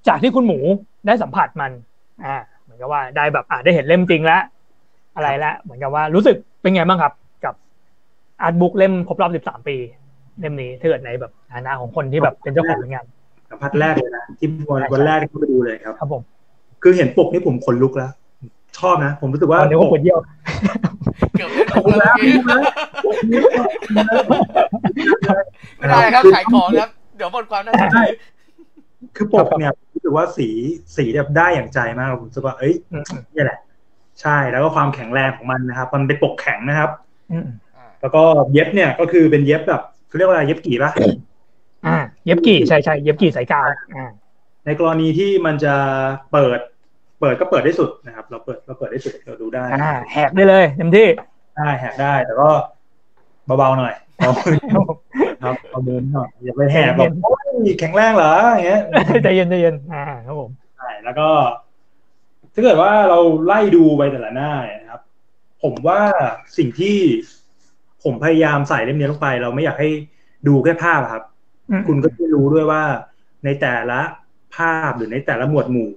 Speaker 1: จากที่คุณหมูได้สัมผัสมัน อ่า เหมือนกับว่าได้แบบ อ่าได้เห็นเล่มจริงแล้วอะไรละเหมือนกับว่ารู้สึกเป็นไงบ้างครับ กับอาร์ตบุ๊กเล่มครบรอบ 13 ปี เล่มนี้ถ้าเกิดในแบบฐานะของคนที่แบบเป็นเจ้าของผลงาน
Speaker 3: สัมผัสแรกเลยนะที่วัน
Speaker 1: ใช่
Speaker 3: วันแรกที่เข้าไปดูเลยครับ
Speaker 1: ครับผม
Speaker 3: คือเห็นปกนี่ผมขนลุกแล้ว ชอบนะ ผมรู้สึกว่า
Speaker 1: ตอนนี้ก็ปวดเยี่ยว
Speaker 2: เกือบเล่นถูกแล้วเมื่อกี้ไม่ได้ ครับขายของครับ เดี๋ยวหมดความน่าเชื่อถือ
Speaker 3: คือปกเนี่ยรู้สึกว่าสีสีแบบได้อย่างใจมากผมรู้สึกว่าเอ้ย
Speaker 1: อืม
Speaker 3: นี่แหละ ใช่แล้วก็ความแข็งแรงของมันนะครับ มันเป็นปกแข็งนะครับ
Speaker 1: อืม
Speaker 2: อ่า
Speaker 3: แล้วก็เย็บเนี่ยก็คือเป็นเย็บแบบเขาเรียกว่าอะไรเย็บกี่ปะ
Speaker 1: อ่า เย็บกี่ใช่ใช่เย็บกี่สายกาวอ่า
Speaker 3: ในกรณีที่มันจะเปิด เปิดก็เปิดได้สุดนะครับ เราเปิดเราเปิดได้สุดเราดูได้
Speaker 1: อ่าแหกได้เลยเต็มที่
Speaker 3: ได้แหกได้ แต่ก็เบาๆหน่อยเบาครับเอาเดินหน่อยอย่าไปแหกแบบโอ้ยแข็งแรงเหรออย่างเงี้ย
Speaker 1: ใจเย็นใจเย็นอ่าครับผม
Speaker 3: ใช่แล้วก็ถ้าเกิดว่าเราไล่ดูไปแต่ละหน้าเนี่ยนะครับ ผมว่าสิ่งที่ผมพยายามใส่เล่มนี้ลงไป เราไม่อยากให้ดูแค่ภาพอะครับ
Speaker 1: อืม
Speaker 3: คุณก็จะรู้ด้วยว่า ในแต่ละภาพหรือในแต่ละหมวดหมู่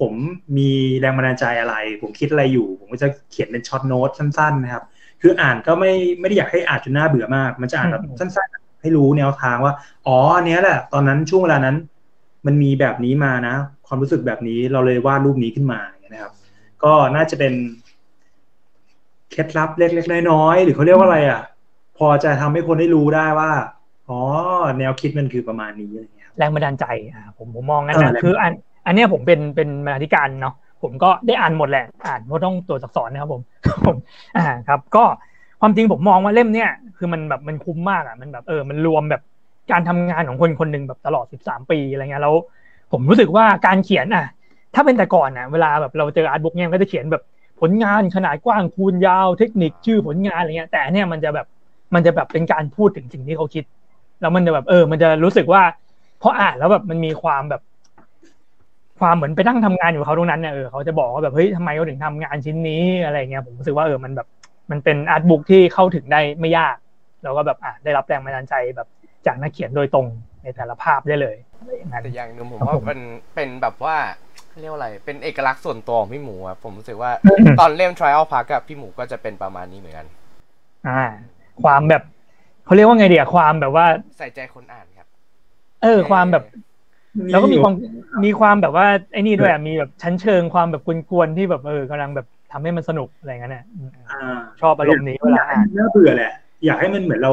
Speaker 3: ผมมีแรงบันดาลใจอะไร ผมคิดอะไรอยู่ ผมก็จะเขียนเป็นช็อตโน้ตสั้น ๆ นะครับ คืออ่านก็ไม่ไม่ได้อยากให้อ่านจนน่าเบื่อมาก มันจะอ่านแบบ
Speaker 1: อืม
Speaker 3: สั้นๆ ให้รู้แนวทางว่า อ๋ออันเนี้ยแหละ ตอนนั้นช่วงเวลานั้น มันมีแบบนี้มานะ ความรู้สึกแบบนี้เราเลยวาดรูปนี้ขึ้นมาอย่างเงี้ยนะครับ ก็น่าจะเป็นเคล็ดลับเล็กๆน้อยๆหรือเขาเรียกว่าอะไรอ่ะ พอจะทำให้คนได้รู้ได้ว่าอ๋อแนวคิดมันคือประมาณนี้อะไรเงี้ยครับ
Speaker 1: แรงบันดาลใจอ่าผมผมมองงั้นนะ
Speaker 3: เออ
Speaker 1: คืออัน อันเนี้ยผมเป็นเป็นบรรณาธิการเนาะผมก็ได้อ่านหมดแหละอ่านเพราะต้องตัวอักษรนะครับผม ผมอ่าครับ ก็ความจริงผมมองว่าเล่มเนี้ยคือมันแบบมันคุ้มมากอ่ะมันแบบเออมันรวมแบบการทำงานของคนคนหนึ่งแบบตลอด 13 ปีอะไรเงี้ยแล้วผมรู้สึกว่าการเขียนอ่ะ ถ้าเป็นแต่ก่อนนะเวลาแบบเราเจออาร์ตบุ๊กเนี่ยมันก็จะเขียนแบบผลงานขนาดกว้างคูณยาวเทคนิคชื่อผลงานอะไรเงี้ยแต่อันเนี่ยมันจะแบบมันจะแบบเป็นการพูดถึงสิ่งที่เขาคิด แล้วมันจะแบบเออ มันจะรู้สึกว่าพออ่านแล้วแบบมันมีความแบบ ความเหมือนไปนั่งทำงานอยู่กับเขาตรงนั้นเนี่ยเออเขาจะบอกว่าแบบเฮ้ยทำไมเขาถึงทำงานชิ้นนี้อะไรเงี้ยผมรู้สึกว่าเออมันแบบมันเป็นอาร์ตบุ๊กที่เข้าถึงได้ไม่ยากแล้วก็แบบอ่ะได้รับแรงบันดาลใจแบบจากนักเขียนโดยตรงในแต่ละภาพได้เลยอะไรอย่างนั้น
Speaker 2: แต่อย่างหนึ่งผม
Speaker 1: ครับ
Speaker 2: ว่า
Speaker 1: ผม
Speaker 2: มันเป็นแบบว่าเรียกว่าอะไร เป็นเอกลักษณ์ส่วนตัวของพี่หมูครับผมรู้สึกว่า
Speaker 1: อืม
Speaker 2: ตอนเล่ม trial park กับพี่หมูก็จะเป็นประมาณนี้เหมือนกัน
Speaker 1: อ่า ความแบบเขาเรียกว่าไงเดียความแบบว่า
Speaker 2: ใส่ใจคนอ่านครับ
Speaker 1: เออ ความแบบ แล้วก็มีความมีความแบบว่าไอ้นี่ด้วยอะมีแบบชั้นเชิงความแบบกวนๆที่แบบเออกำลังแบบทำให้มันสนุกอะไรเงี้ยเนี่ยอืม
Speaker 3: อ่า
Speaker 1: ชอบอารมณ์นี้เวลาอ่าน
Speaker 3: น่าเบื่อแหละ อยากให้มันเหมือนเรา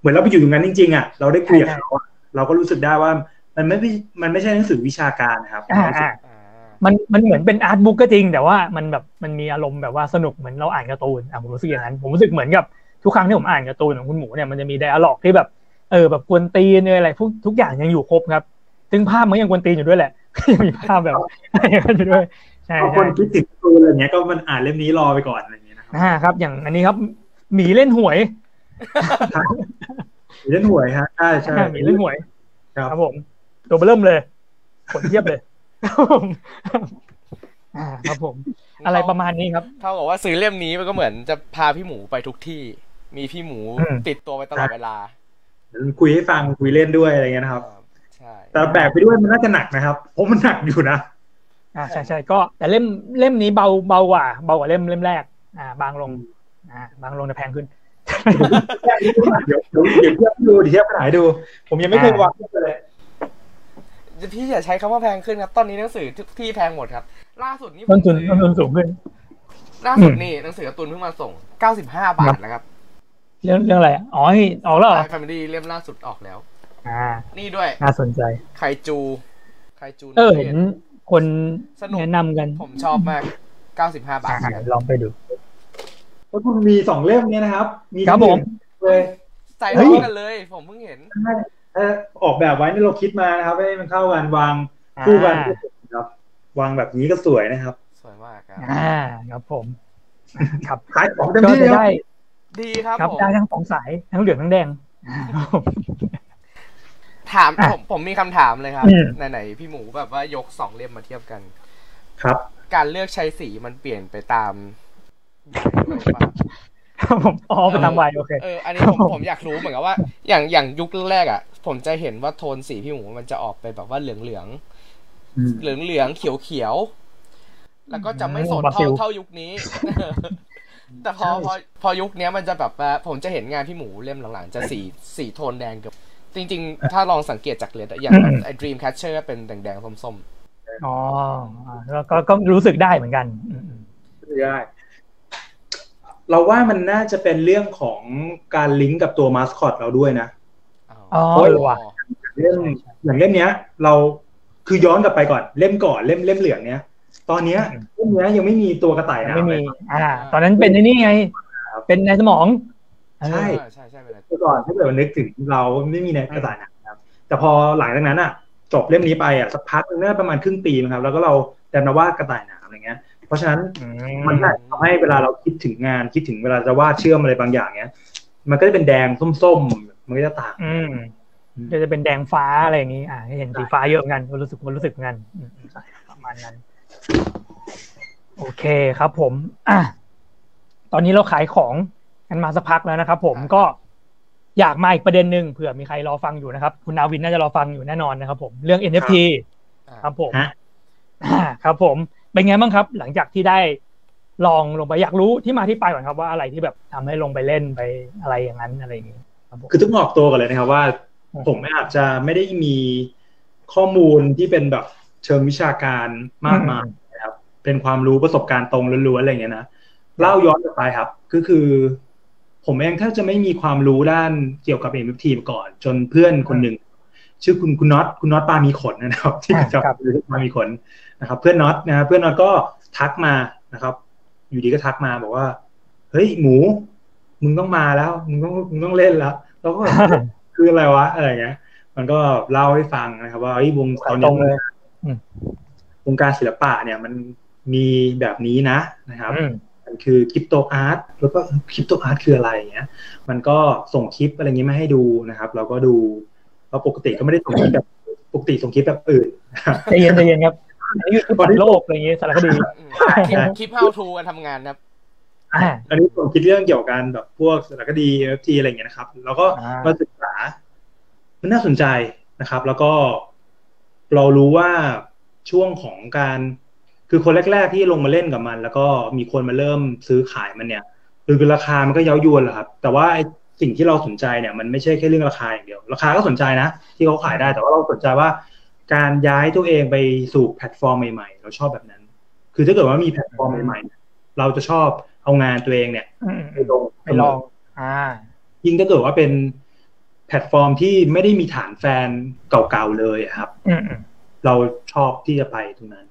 Speaker 3: เหมือนเราไปอยู่ตรงนั้นจริงๆอ่ะเราได้คุยกับเขาอะเราก็รู้สึกได้ว่ามันไม่ได้มันไม่ใช่หนังสือวิชาการนะครับ
Speaker 1: อ่าอ่า
Speaker 2: อ่า
Speaker 1: มันมันเหมือนเป็นอาร์ตบุ๊กก็จริง แต่ว่ามันแบบมันมีอารมณ์แบบว่าสนุกเหมือนเราอ่านการ์ตูนอ่ะผมรู้สึกอย่างนั้น ผมรู้สึกเหมือนกับทุกครั้งที่ผมอ่านการ์ตูนของคุณหมูเนี่ยมันจะมีไดอะล็อกที่แบบเออแบบกวนตีนเนยอะไรทุกทุกอย่างยังอยู่ครบครับซึ่งภาพมันยังกวนตีนอยู่ด้วยแหละ ยังมีภาพแบบ อะไรอย่างนั้นอยู่ด้วยใช่
Speaker 3: ถ้าค
Speaker 1: ใช่
Speaker 3: นคิดถึงการ์ตูนอะไรเงี้ยก็มันอ่านเล่มนี้รอไปก่อนอะไรเงี้ยนะครับ
Speaker 1: อ่าครับ อย่างอันนี้ครับหมีเล่นหวย
Speaker 3: เล่นหวยฮะใช่ใช่
Speaker 1: หมีเล่นหวย
Speaker 3: ครับ
Speaker 1: ครับผม ตัวเบอร์เริ่มเลยผลเทียบเลยครับผมอ่าครับผม อะไรประมาณนี้ครับ
Speaker 2: เท่ากับว่าซื้อเล่มนี้มันก็เหมือนจะพาพี่หมูไปทุกที่ มีพี่หมู
Speaker 1: อืม
Speaker 2: ติดตัวไปตลอดเวลา
Speaker 3: คุยให้ฟังคุยเล่นด้วยอะไรเงี้ยนะครับ
Speaker 2: อ่าใช่
Speaker 3: แต่แบกไปด้วยมันน่าจะหนักนะครับเพราะมันหนักอยู่นะ
Speaker 1: อ่าใช่ใช่ก็ แต่เล่มเล่มนี้เบาเบากว่าเบากว่าเล่มเล่มแรก อ่า บางลง อ่า บางลงแต่แพ งขึ้น
Speaker 3: เดี๋ยวเดี๋ยวเดี๋ยวเทียบให้ดูเดี๋ยวเทียบขายดู ผมยังไม่เคยวางเลย
Speaker 2: พี่อย่าใช้คำว่าแพงขึ้นครับ ตอนนี้หนังสือทุกที่แพงหมดครับ ล่าสุดนี่ผม
Speaker 1: ต้นทุน
Speaker 2: ซื้อ
Speaker 1: ต้นทุนสูงขึ้น
Speaker 2: ล่าสุดนี่หนังสือการ์ตูนเพิ่งมาส่ง 95 บาทนะครับ
Speaker 1: เรื่องเรื่องอะไรอ๋อให้ออกแล้วเหรอ
Speaker 2: แฟมิลี่เล่มล่าสุดออกแล้ว
Speaker 1: อ่า
Speaker 2: นี่ด้วย
Speaker 1: น่าสนใจ
Speaker 2: ไคจูไคจู
Speaker 1: เออ
Speaker 2: ประ
Speaker 1: เห็
Speaker 2: ภ
Speaker 1: น
Speaker 2: ท
Speaker 1: คน
Speaker 2: สนุก
Speaker 1: แนะนำกัน
Speaker 2: ผมชอบมาก 95 บา
Speaker 1: อ่า
Speaker 2: ทเหมือนกัน
Speaker 1: ลองไปดู
Speaker 3: แล้วคุณมีสองเล่มเนี่ยนะครับมี
Speaker 1: ครับผม
Speaker 3: เลย
Speaker 2: ใจร้อนกันเลย ผมเพิ่งเห็น
Speaker 3: ถ้าออกแบบไว้นี่เราคิดมานะครับให้มันเข้ากันวางคู่กัน
Speaker 1: อ่า
Speaker 3: ครับ วางแบบนี้ก็สวยนะครับ
Speaker 2: สวยมากครับ
Speaker 1: อ่าครับผม ครับ
Speaker 3: ขายของเต็ม
Speaker 1: ก็
Speaker 3: ที่
Speaker 1: จะ
Speaker 3: แล้ว
Speaker 1: ได้
Speaker 2: ดีครับ
Speaker 1: ครับ
Speaker 2: ผม
Speaker 1: ได้ทั้งสองสายทั้งเหลืองทั้งแดง
Speaker 2: ถาม
Speaker 1: อ่ะ
Speaker 2: ผมผมมีคำถามเลยครับ
Speaker 1: อืม
Speaker 2: ไหนๆพี่หมูแบบว่ายกสองเล่มมาเทียบกัน
Speaker 3: ครับ
Speaker 2: การเลือกใช้สีมันเปลี่ยนไป ตามด้วยปะ
Speaker 1: ครับผมอ๋อไปตามวัยโอเค
Speaker 2: เออ อันนี้ผมผมอยากรู้เหมือนกับว่า อย่างอย่างยุคแรกๆอ่ะ ผมจะเห็นว่าโทนสีพี่หมูมันจะออกไปแบบว่าเหลืองเหลือง
Speaker 3: อืม
Speaker 2: เหลืองเหลืองๆเขียวเขียวๆแล้วก็จะไม่สด
Speaker 1: บราซิ
Speaker 2: เท่า
Speaker 1: ล
Speaker 2: เท่ายุคนี้ แต่พอพอพอยุคเนี้ยมันจะแบบว่าผมจะเห็นงานพี่หมูเล่มหลังๆ จะสีสีโทนแดงเกือบจริง ๆ ถ้าลองสังเกตจากเลนอย่างไอ้ Dreamcatcher เป็นแดงๆส้มๆ
Speaker 1: อ๋อแล้วก็ก็รู้สึกได้เหมือนกันอืม
Speaker 3: ได้เราว่ามันน่าจะเป็นเรื่องของการลิงก์กับตัวมาสคอตเราด้วยนะ
Speaker 1: อ๋อ
Speaker 3: โอ้ย
Speaker 1: เออว่ะ
Speaker 3: เล่มอย่างเล่มเนี้ย เราคือย้อนกลับไปก่อนเล่มก่อนเล่มเล่มเหลืองเนี้ย ตอนเนี้ยเล่มเนี้ยยังไม่มีตัวกระต่ายนะ
Speaker 1: ไม่มี อ่า ตอนนั้นเป็นไอ้นี่ไง เป็นในสมองเออ
Speaker 3: ใช่
Speaker 2: ใช่ใช่เป็นอะไร
Speaker 3: เมื่อก่อนถ้าเกิดว่านึกถึงเราไม่มีในกระต่ายนะครับ แต่พอหลังจากนั้นอ่ะ จบเล่มนี้ไปอ่ะสักพักหนึงน่าประมาณครึ่งปีมั้งครับ แล้วก็เราดันมาว่าดกระต่ายหนามอะไรเงี้ย เพราะฉะนั้น
Speaker 1: อื
Speaker 3: มันน่าจะทำให้เวลาเราคิดถึงงานคิดถึงเวลาจะวาดเชื่อมอะไรบางอย่างเนี้ย มันก็จะเป็นแดงส้มๆมันก็จะต่าง
Speaker 1: อืมก็จะเป็นแดงฟ้าอะไรอย่างนี้ อ่าให้เห็นสีฟ้าเยอะเหมือนกันรู้สึกรู้สึกเหมือนกันอืมประมาณนั้น โอเคครับผม อ่ะตอนนี้เราขายของกันมาสักพักแล้วนะครับผมก็อยากมาอีกประเด็นหนึ่งเผื่อมีใครรอฟังอยู่นะครับ คุณนาวินน่าจะรอฟังอยู่แน่นอนนะครับผมเรื่อง NFT ครับผม
Speaker 3: ฮะ
Speaker 1: อ่าครับผม เป็นไงบ้างครับ หลังจากที่ได้ลองลงไปอยากรู้ที่มาที่ไปก่อนครับว่าอะไรที่แบบทำให้ลงไปเล่นไปอะไรอย่างนั้นอะไรอย่างนี้ครับผม
Speaker 3: คือต้องออกตัวก่อนเลยนะครับว่า ผมอาจจะไม่ได้มีข้อมูลที่เป็นแบบเชิงวิชาการมากมายนะครับ เป็นความรู้ประสบการณ์ตรงล้วนๆอะไรอย่างเงี้ยนะเล่าย้อนกลับไปครับ ก็คือ ผมเองแทบจะไม่มีความรู้ด้านเกี่ยวกับ NFT มาก่อน จนเพื่อนคนหนึ่งชื่อคุณคุณน็อตคุณน็อตปามีขนนะครับ ที่
Speaker 1: อ่า
Speaker 3: จะ
Speaker 1: ครับ
Speaker 3: หรือปามีขนนะครับ เพื่อนน็อตนะฮะเพื่อนน็อตก็ทักมานะครับ อยู่ดีก็ทักมาบอกว่า เฮ้ยหมู มึงต้องมาแล้ว มึงต้องมึงต้องเล่นแล้วเราก็แบบ คืออะไรวะอะไรอย่างเงี้ย มันก็เล่าให้ฟังนะครับ ว่าไอ้ยวงตอน
Speaker 1: ต
Speaker 3: นี้
Speaker 1: รงเลย
Speaker 3: วงการศิลปะเนี่ยมันมีแบบนี้นะนะครับ
Speaker 1: อืม
Speaker 3: มันคือคริปโตอาร์ตแล้วก็คริปโตอาร์ตคืออะไรอย่างเงี้ย มันก็ส่งคลิปอะไรเงงี้ยมาให้ดูนะครับ เราก็ดูเพราะปกติก็ไม่ได้ส่งคลิปแบบปกติส่งคลิปแบบอื่น
Speaker 1: ใจเย็นใจเย็นครับอันนี้คือปฏิโลกอะไรอย่างนี้สารคดี
Speaker 2: อืมคลิปคลิป how to กันทำงานนะครับ
Speaker 1: อ่า
Speaker 3: อันนี้ผมคิดเรื่องเกี่ยวกับการแบบพวกสารคดี NFT อะไรอย่างเงี้ยนะครับ แล้วก็
Speaker 1: อ่าม
Speaker 3: มาศึกษา มันน่าสนใจนะครับ แล้วก็เรารู้ว่าช่วงของการ คือคนแรก ๆ ที่ลงมาเล่นกับมัน แล้วก็มีคนมาเริ่มซื้อขายมันเนี่ยคือราคามันก็เย้ายวนแหละครับ แต่ว่าไอ้สิ่งที่เราสนใจเนี่ย มันไม่ใช่แค่เรื่องราคาอย่างเดียว ราคาก็สนใจนะ ที่เขาขายได้แต่ว่าเราสนใจว่า การย้ายตัวเองไปสู่แพลตฟอร์มใหม่ๆ เราชอบแบบนั้น คือถ้าเกิดว่ามีแพลตฟอร์มใหม่ๆ เราจะชอบเอางานตัวเองเนี่ย
Speaker 1: อืม
Speaker 3: ไปลง
Speaker 1: ไปลอง อ่า
Speaker 3: ยิ่งถ้าเกิดว่าเป็นแพลตฟอร์มที่ไม่ได้มีฐานแฟนเก่าๆเลยอะครับ
Speaker 1: อืมอืม
Speaker 3: เราชอบที่จะไปตรงนั้น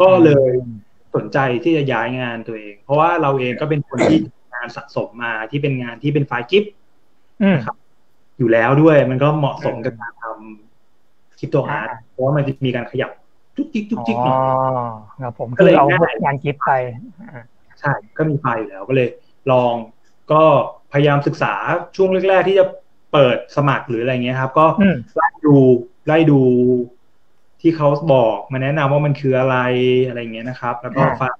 Speaker 3: ก็เลยสนใจที่จะย้ายงานตัวเอง เพราะว่าเราเองก็เป็นคนที่ทำงานสะสมมาที่เป็นงานที่เป็นไฟล์กิฟต์
Speaker 1: อืม
Speaker 3: อยู่แล้วด้วย มันก็เหมาะสมกับการทำคริปโตฮาร์ด
Speaker 1: อ่า
Speaker 3: เพราะว่ามันจะมีการขยับจุกจิกจุก
Speaker 1: อ๋
Speaker 3: จิกหน่อย
Speaker 1: อครับผมคือเอาพวกงานกิฟไป
Speaker 3: ใช่ก็มีไฟล์อยู่แล้วก็เลย ลองก็พยายามศึกษาช่วงแรกๆที่จะเปิดสมัครหรืออะไรเงี้ยครับ ก็
Speaker 1: อืม
Speaker 3: ไล่ดูไล่ดูที่เขาบอกมาแนะนำว่ามันคืออะไรอะไรเงี้ยนะครับ แล้วก็
Speaker 1: อ่า
Speaker 3: ฟัง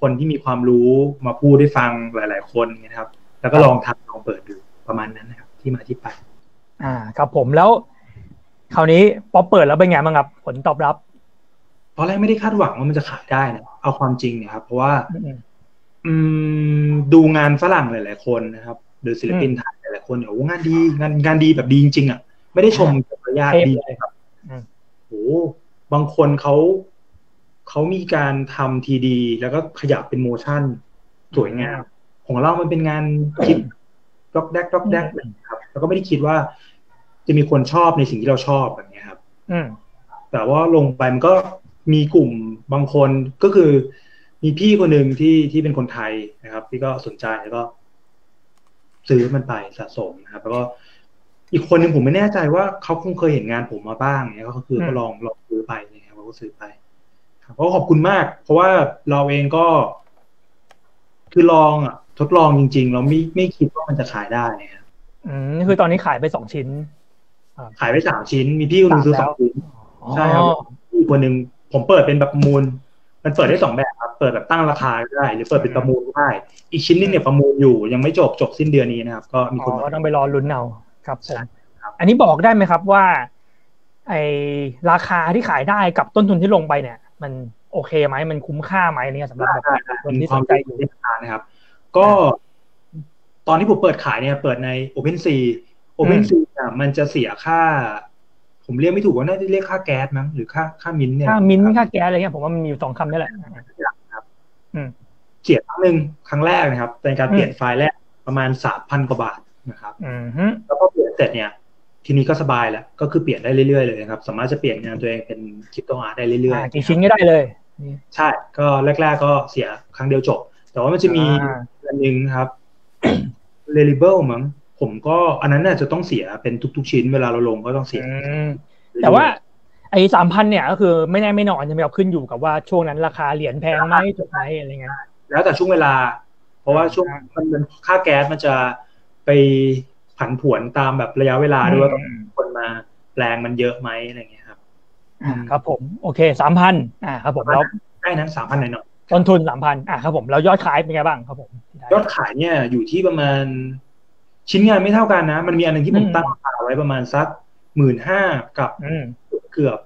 Speaker 3: คนที่มีความรู้มาพูดได้ฟังหลาย ๆ คนเงี้ยนะครับ แล้วก็ลองทำลองเปิดดูประมาณนั้นนะครับ ที่มาที่ไป
Speaker 1: อ่า ครับผมแล้ว คราวนี้พอเปิดแล้วเป็นไงบ้างครับ ผลตอบรับ
Speaker 3: ตอนแรกไม่ได้คาดหวังว่ามันจะขายได้นะเอาความจริงเนะครับ เพราะว่า
Speaker 1: อืม
Speaker 3: อืมดูงานฝรั่งหลาย ๆ คนนะครับ หรือศิลปินไทยหลาย ๆ คนเนี่ยโอ้โหงานดีงานงานดีแบบดีจริงๆอ่ะไม่ได้ชมกับระยะ
Speaker 1: เทพ
Speaker 3: ดี
Speaker 1: เลย
Speaker 3: ครับ
Speaker 1: อืม
Speaker 3: โอ้โหบางคนเขาเขามีการทำทีดี แล้วก็ขยับเป็นโมชั่น สวยงาม ของเรามันเป็นงานคิดด็อกแดกด็อกแดกแบบนี้ครับ แล้วก็ไม่ได้คิดว่า จะมีคนชอบในสิ่งที่เราชอบแบบนี้ครับ
Speaker 1: อืม
Speaker 3: แต่ว่าลงไปมันก็มีกลุ่มบางคนก็คือ มีพี่คนหนึ่งที่ที่เป็นคนไทยนะครับ ที่ก็สนใจแล้วก็ ซื้อมันไปสะสมนะครับ แล้วก็อีกคนหนึ่งผมไม่แน่ใจว่าเขาคงเคยเห็นงานผมมาบ้างเนี่ยก็คือ
Speaker 1: อืม
Speaker 3: ก็ลองลองซื้อไปนะครับเขาก็ซื้อไปครับก็ขอบคุณมาก เพราะว่าเราเองก็ คือลองอ่ะ ทดลองจริง ๆ เราไม่ไม่คิดว่ามันจะขายได้นะครับ
Speaker 1: อืมนี่คือตอนนี้ขายไปสองชิ้น
Speaker 3: ขายไปสามชิ้น มีพี่คนหนึงซื้อสองชิ้น ใช่ครับ
Speaker 1: อ๋อ
Speaker 3: อีกคนหนึ่งผมเปิดเป็นแบบประมูล มันเปิดได้สองแบบครับ เปิดแบบตั้งราคาก็ได้ หรือเปิดเป็นประมูลก็ได้ อีกชิ้นนึงเนี่ยประมูลอยู่ยังไม่จบจบสิ้นเดือนนี้นะครับ ก็มีคน
Speaker 1: อ๋อ
Speaker 3: มา
Speaker 1: ก็ต้องไปรอลุ้นเอาครับผ
Speaker 3: ใช่
Speaker 1: ม
Speaker 3: ครับ
Speaker 1: อันนี้บอกได้ไหมครับว่า ไอราคาที่ขายได้กับต้นทุนที่ลงไปเนี่ย มันโอเคไหมมันคุ้มค่าไหมอะไรเนี่ยสำหรับแบบ คนที่สนใจอยู่
Speaker 3: มีความเป็นนะครับ ก็ ตอนที่ผมเปิดขายเนี่ย เปิดใน OpenSea OpenSea เนี่ยมันจะเสียค่า ผมเรียกไม่ถูกว่าน่าจะเรียกค่าแก๊สมั้งหรือค่าค่ามินท์เนี่ย
Speaker 1: ค่ามิ้นท์
Speaker 3: ครับ
Speaker 1: ค่าแก๊สอะไรเงี้ยผมว่ามันมีอยู่สองคำนี่แหละ
Speaker 3: เสียครั้งหนึ่งครั้งแรกนะครับในการเปลี่ยนไฟล์แรกประมาณสามพันกว่าบาทนะครับ
Speaker 1: อืมฮึ
Speaker 3: แล้วพอเปลี่ยนเสร็จเนี่ย ทีนี้ก็สบายแล้ว ก็คือเปลี่ยนได้เรื่อยๆเลยนะครับ สามารถจะเปลี่ยนงานตัวเองเป็นคริปโตอาร์ตได้เรื่อย
Speaker 1: อ่า
Speaker 3: ๆ
Speaker 1: กี่ชิ้นก็ได้เลยนี่
Speaker 3: ใช่ ก็แรก ๆ ก็เสียครั้งเดียวจบ แต่ว่ามันจะมี
Speaker 1: อ่า
Speaker 3: อันหนึงนะครับ r e l i b l e มั้งผมก็อันนั้นน่ะจะต้องเสียเป็นทุก ๆ ชิ้นเวลาเราลงก็ต้องเสี
Speaker 1: อื
Speaker 3: ย
Speaker 1: ม แต่ว่าไอ้สามพันเนี่ยก็คือไม่แน่ไม่นอนจะไม่เอาขึ้นอยู่กับว่าช่วงนั้นราคาเหรียญแพงไหมถูกไหมอะไรเงี้ย
Speaker 3: แล้วแต่ช่วงเวลา เพราะว่าช่วง
Speaker 1: อ่า
Speaker 3: มันมันค่าแก๊สมันจะไปผันผวนตามแบบระยะเวลาด้วยว่าคนมาแปลงมันเยอะไหมอะไรอย่างเงี้ยครับ
Speaker 1: อ่าครับผมโอเคสามพันอ่าครับผม
Speaker 3: ประมาณ
Speaker 1: แล้ว
Speaker 3: ได้นั้นสามพันหน่อยๆ
Speaker 1: ต้นทุนสามพันอ่าครับผมแล้วยอดขายเป็นไงบ้างครับผมได้
Speaker 3: ยอดขายเนี่ยอยู่ที่ประมาณ ชิ้นงานไม่เท่ากันนะ มันมีอันหนึงที่ผม
Speaker 1: อืม
Speaker 3: ตั้งราคาไว้ประมาณสักหมื่นห้ากับ
Speaker 1: อืม
Speaker 3: เกือบเกือบ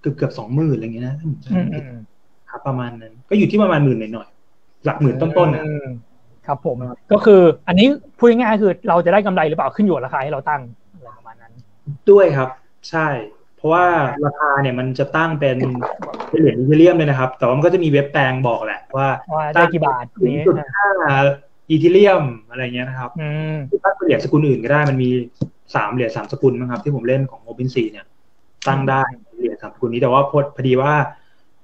Speaker 3: เกือบสองหมื่นอะไรเงี้ยนะถ้าผมจำ
Speaker 1: อืม
Speaker 3: ไม่ผิ
Speaker 1: อื
Speaker 3: ด
Speaker 1: ม
Speaker 3: ครับประมาณนั้น ก็อยู่ที่ประมาณหมื่นหน่อยๆหลักหมื่นต้นๆนะ
Speaker 1: อืมครับผม
Speaker 3: ครับ
Speaker 1: ก็คืออันนี้พูดง่ายๆคือเราจะได้กำไรหรือเปล่าขึ้นอยู่กับราคาที่เราตั้งอะไรประมาณนั้น
Speaker 3: ด้วยครับ ใช่ เพราะว่าราคาเนี่ยมันจะตั้งเป็นเป็นเหรียญอีเทเรียมเลยนะครับ แต่ว่ามันก็จะมีเว็บแปลงบอกแหละว่า
Speaker 1: ว่าได้กี่บาท
Speaker 3: หนึ่ง
Speaker 1: นี้
Speaker 3: จุดห้าอีเทเรียมอะไรเงี้ยนะครับ
Speaker 1: อืม
Speaker 3: หรือตั้งเป็นเหรียญสกุลอื่นก็ได้มันมีสามเหรียญสามสกุลมั้งครับที่ผมเล่นของ Open ซีเนี่ย ตั้งได้เหรียญสามสกุลนี้แต่ว่าพอดพอดีว่า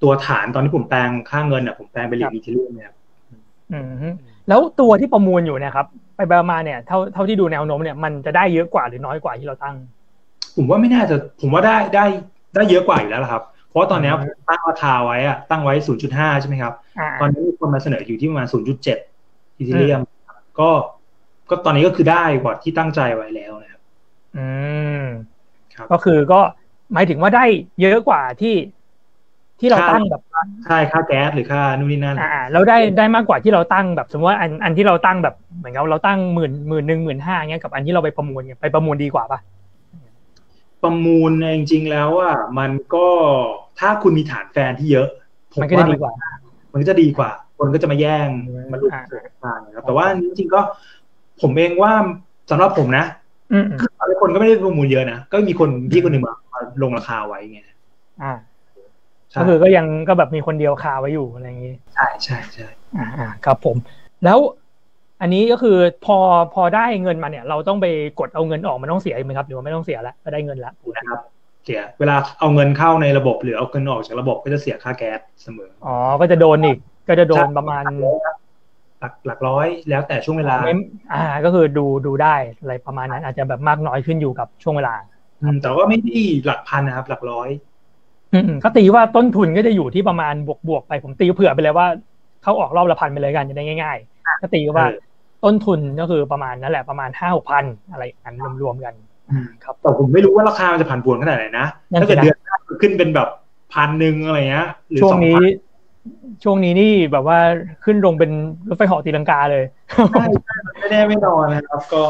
Speaker 3: ตัวฐานตอนที่ผมแปลงค่าเงินอ่ะผมแปลงเป็นเหรียญอีทีเรียมเนี่ยครับ
Speaker 1: อืมแล้วตัวที่ประมูลอยู่เนะครับ ไปไปมาๆเนี่ยเท่าเท่าที่ดูแนวโน้มเนี่ยมันจะได้เยอะกว่าหรือน้อยกว่าที่เราตั้ง
Speaker 3: ผมว่าไม่น่าจะผมว่าได้ได้ได้เยอะกว่าอยู่แล้วล่ะครับ เพราะว่าตอนเนี้ย
Speaker 1: อื
Speaker 3: ผม มตั้งราคาไว้อะตั้งไว้ 0.5 ใช่ไหมครับ
Speaker 1: อ่า
Speaker 3: ตอนนี้มีคนมาเสนออยู่ที่ประมาณ 0.7อีทีเรียมก็ก็ตอนนี้ก็คือได้กว่าที่ตั้งใจไว้แล้วนะครับ
Speaker 1: อืม
Speaker 3: ครับ
Speaker 1: ก็คือก็หมายถึงว่าได้เยอะกว่าที่ที่เราตั้งแบบว่า
Speaker 3: ใช่ค่าแก๊สหรือค่านู่นนี่นั่น
Speaker 1: อ่าเราได้ได้มากกว่าที่เราตั้งแบบสมมติว่าอันอันที่เราตั้งแบบเหมือนกับเราตั้งหมื่นหมื่นหนึ่งหมื่นห้าเงี้ยกับอันที่เราไปประมูลเนี่ยไปประมูลดีกว่าปะ
Speaker 3: ประมูลเนี่ยจริงๆแล้วอ่ะมันก็ถ้าคุณมีฐานแฟนที่เยอะผม
Speaker 1: มันก็จะ
Speaker 3: ว่า
Speaker 1: ดีกว่า
Speaker 3: มันก็จะดีกว่า คนก็จะมาแย่งมาลุก
Speaker 1: อ่า
Speaker 3: เสกกันนะครับแต่ว่าอันนี้จริงๆก็ ผมเองว่าสำหรับผมนะ
Speaker 1: อืมอืม
Speaker 3: คือคนก็ไม่ได้ประมูลเยอะนะก็มีคนพี่คนหนึ่งมาลงราคาไว้ไง
Speaker 1: อ่า
Speaker 3: ใช่
Speaker 1: ก็คือก็ยังก็แบบมีคนเดียวคาไว้อยู่อะไรอย่างนี้
Speaker 3: ใช่ใช่ใช่
Speaker 1: อ่าอ่าครับผม แล้วอันนี้ก็คือพอพอได้เงินมาเนี่ย เราต้องไปกดเอาเงินออกมันต้องเสียอีกไหมครับ หรือว่าไม่ต้องเสียละก็ได้เงินละ
Speaker 3: ถูกนะครับเสียเวลาเอาเงินเข้าในระบบหรือเอาเงินออกจากระบบก็จะเสียค่าแก๊สเสมอ
Speaker 1: อ๋อก็จะโดนอีกก็จะโดนประมาณ
Speaker 3: หลักหลักร้อยแล้วแต่ช่วงเวลา
Speaker 1: ไม่อ่า ก็คือดูดูได้อะไรประมาณนั้น อาจจะแบบมากน้อยขึ้นอยู่กับช่วงเวลา
Speaker 3: อืมแต่ว่าไม่ได้หลักพันนะครับ หลักร้อย
Speaker 1: อืมๆก็ตีว่าต้นทุนก็จะอยู่ที่ประมาณบวกบวกๆไปผมตีเผื่อไปเลยว่าเขาออกรอบละพันไปเลยกันจะได้ง่ายๆก็ตีว่า
Speaker 3: เออ
Speaker 1: ต้นทุนก็คือประมาณนั่นแหละประมาณห้าหกพันอะไรอันรวมๆกัน
Speaker 3: อืม
Speaker 1: ครับ
Speaker 3: แต่ผมไม่รู้ว่าราคามันจะผันผวนขนาดไหนนะ
Speaker 1: นั่นสิ
Speaker 3: ถ้าเกิดเดือนหน้าขึ้นเป็นแบบพันหนึ่งอะไรเงี้ยหรือ
Speaker 1: ช่ว
Speaker 3: ส
Speaker 1: ง
Speaker 3: อง
Speaker 1: นี้
Speaker 3: พัน
Speaker 1: ช่วงนี้นี่แบบว่าขึ้นลงเป็นรถไฟเหาะตีลังกาเลย
Speaker 3: ไม่แน่ไม่นอนนะครับ ก็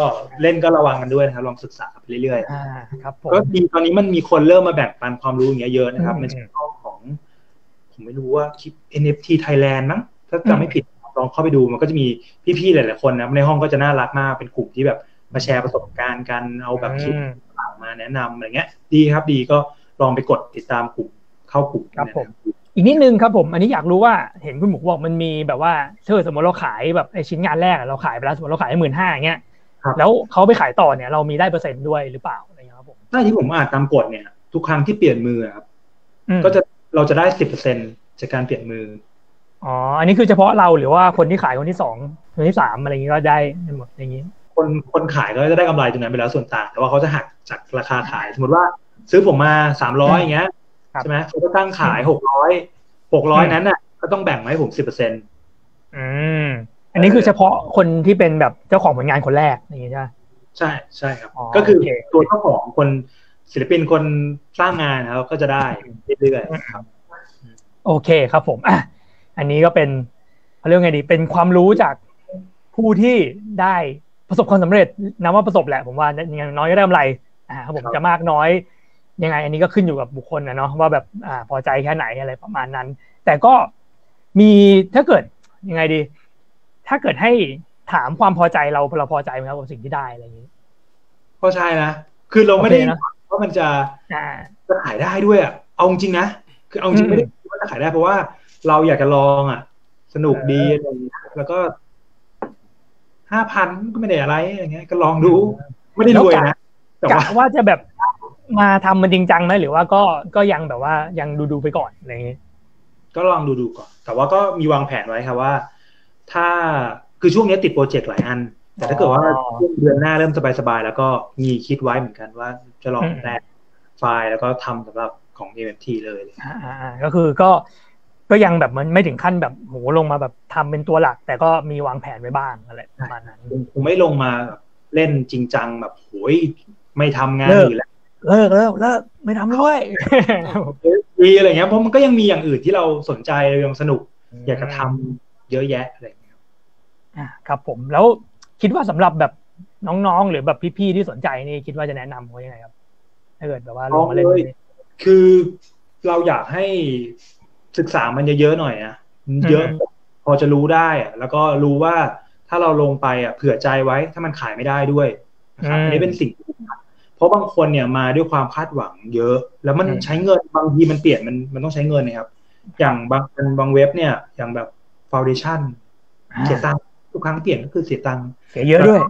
Speaker 3: เล่นก็ระวังกันด้วยนะครับลองศึกษาไปเรื่อยๆ
Speaker 1: อ่าครับผม
Speaker 3: ก็ดีตอนนี้มันมีคนเริ่มมาแบ่งปันความรู้อย่างเงี้ยเยอะนะครับ
Speaker 1: อืม
Speaker 3: ในช่องของ ผมไม่รู้ว่าคลิป NFT Thailand มั้งถ้าจำไม่
Speaker 1: อืม
Speaker 3: ผิดลองเข้าไปดูมันก็จะมีพี่ๆหลายๆคนนะในห้องก็จะน่ารักมากเป็นกลุ่มที่แบบมาแชร์ประสบการณ์กันเอาแบบคลิป
Speaker 1: อืม
Speaker 3: ต่างๆมาแนะนำอะไรเงี้ย ดีครับดีก็ลองไปกดติดตามกลุ่มเข้ากลุ่ม
Speaker 1: ครับผม
Speaker 3: นะ
Speaker 1: อีกนิดนึงครับผมอันนี้อยากรู้ว่าเห็นคุณหมูบอกมันมีแบบว่าเธอสมมติเราขายแบบไอชิ้นงานแรกอะเราขายไปแล้วสมมติเราขายหมื่นห้าอย่างเงี้ย
Speaker 3: ครับ
Speaker 1: แล้วเขาไปขายต่อเนี่ยเรามีได้เปอร์เซ็นต์ด้วยหรือเปล่าอะไรเงี้ยครับผม
Speaker 3: ถ้าที่ผมอ่านตามกฎเนี่ย ทุกครั้งที่เปลี่ยนมืออะครับ
Speaker 1: อืม
Speaker 3: ก็จะเราจะได้สิบเปอร์เซ็นจากการเปลี่ยนมือ
Speaker 1: อ๋อ อันนี้คือเฉพาะเราหรือว่าคนที่ขายคนที่สองคนที่สามอะไรอย่างนี้ก็ได้ได้หมดอย่างนี้
Speaker 3: คนคนขายก็จะได้กำไรตรงนั้นไปแล้วส่วนต่าง แต่ว่าเขาจะหักจากราคาขาย สมมติว่า ซื้อผมมาสามร้อยอย่างเงี้ย
Speaker 1: ครับ
Speaker 3: ใช่ไหมเขาก็ตั้งขายหกร้อยหกร้อยนั้นน่ะก็ต้องแบ่งมาให้ผมสิบเปอร์เซ็นต์
Speaker 1: อืม อันนี้คือเฉพาะคนที่เป็นแบบเจ้าของผลงานคนแรกอย่างนี้ใช่ไหม
Speaker 3: ใช่ใช่ครับ
Speaker 1: อ๋อ
Speaker 3: ก็คือ
Speaker 1: โอเค
Speaker 3: ตัวเจ้าของคนศิลปินคนสร้างงานนะครับก็จะได้เรื่อยๆครับ
Speaker 1: โอเคครับผมอ่ะอันนี้ก็เป็นเขาเรียกว่าไงดี เป็นความรู้จากผู้ที่ได้ประสบความสำเร็จนับว่าประสบแหละผมว่าอย่างน้อยก็ได้กำไรอ่าครับผม
Speaker 3: ครับ
Speaker 1: จะมากน้อย ยังไง อันนี้ก็ขึ้นอยู่กับบุคคลนะเนาะว่าแบบอ่าพอใจแค่ไหนอะไรประมาณนั้น แต่ก็มีถ้าเกิดยังไงดี ถ้าเกิดให้ถามความพอใจเราเราพอใจไหมครับกับสิ่งที่ได้อะไรอย่างนี้
Speaker 3: ก็ใช่นะ คือเราไม่ได้
Speaker 1: โอเคนะ
Speaker 3: ว่ามันจะ
Speaker 1: อ่า
Speaker 3: จะขายได้ด้วยอ่ะเอาจริงๆนะคือเอาจริง
Speaker 1: อืม
Speaker 3: ไม่ได้คิดว่าจะขายได้เพราะว่าเราอยากจะลองอ่ะ สนุกดีอะไรอย่างเงี้ยแล้วก็ห้าพันก็ไม่ได้อะไรอย่างเงี้ย ก็ลองดู ไม่ได้รวยนะ แต่
Speaker 1: กะ
Speaker 3: ว่า
Speaker 1: ว่าจะแบบมาทำมันจริงจังไหมหรือว่าก็ก็ยังแบบว่ายังดูดูๆไปก่อนอะไรอย่างนี้
Speaker 3: ก็ลองดูดูก่อน แต่ว่าก็มีวางแผนไว้ครับว่า ถ้าคือช่วงนี้ติดโปรเจกต์หลายอัน แต่ถ้าเกิดว่า
Speaker 1: อ๋อ
Speaker 3: ช่วงเดือนหน้าเริ่มสบายๆแล้วก็มีคิดไว้เหมือนกันว่าจะลอง
Speaker 1: อืม
Speaker 3: แลกไฟล์แล้วก็ทำสำหรับของ NFT เลยเลย
Speaker 1: อ่าอ่าอ่าก็คือก็ก็ยังแบบมันไม่ถึงขั้นแบบโหลงมาแบบทำเป็นตัวหลัก แต่ก็มีวางแผนไว้บ้างอะไรประมาณนั้น
Speaker 3: คงไม่ลงมาแบบเล่นจริงจังแบบโหยไม่ทำงาน
Speaker 1: เลิก
Speaker 3: อยู่แล้ว
Speaker 1: เลิกเลิกเลิกไม่ทำแล้วเว้ย
Speaker 3: ดีอะไรเงี้ยเพราะมันก็ยังมีอย่างอื่นที่เราสนใจเรายังสนุก อยากจะทำเยอะแยะอะไรเงี้ย
Speaker 1: อ่าครับผมแล้วคิดว่าสำหรับแบบน้องๆ หรือแบบพี่ๆที่สนใจนี่คิดว่าจะแนะนำเขายังไงครับถ้าเกิดแบบว่าลงมาเล่น
Speaker 3: คือเราอยากให้ศึกษามันเยอะๆหน่อยนะเยอะพอจะรู้ได้อะแล้วก็รู้ว่าถ้าเราลงไปอ่ะเผื่อใจไว้ถ้ามันขายไม่ได้ด้วยนะครับอันนี้เป็นสิ่งที่สำคัญเพราะบางคนเนี่ยมาด้วยความคาดหวังเยอะ แล้วมันใช้เงินบางทีมันเปลี่ยนมันมันต้องใช้เงินนะครับ อย่างบางอันบางเว็บเนี่ย อย่างแบบฟ u n เดชั่น
Speaker 1: อ่า
Speaker 3: เสียตังค์ทุกครั้งเปลี่ยนก็คือเสียตังค์
Speaker 1: เสียเยอะด้วย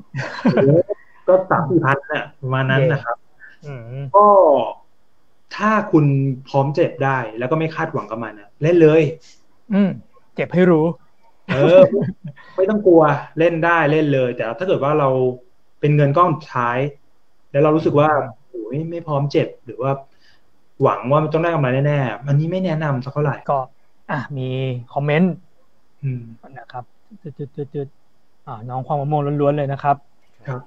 Speaker 3: ก็สามสี่พันน่ะประมาณนั้นนะครับ
Speaker 1: อืม
Speaker 3: ก็ถ้าคุณพร้อมเจ็บได้แล้วก็ไม่คาดหวังกับมันนะเล่นเลย
Speaker 1: อืมเจ็บให้รู้
Speaker 3: เอ อ ไม่ต้องกลัวเล่นได้เล่นเลย แต่ถ้าเกิดว่าเราเป็นเงินก้อนสุดท้าย แล้วเรารู้สึกว่าโอ้ยไม่พร้อมเจ็บหรือว่า หวังว่ามันต้องได้กำไรแน่ๆอันนี้ไม่แนะนำสักเท่าไหร่
Speaker 1: ก็อ่ะมีคอมเมนต์
Speaker 3: อืม
Speaker 1: นะครับจุดๆๆๆอ่าน้องความมั่วโมงล้วนๆเลยนะครับ
Speaker 3: ครับ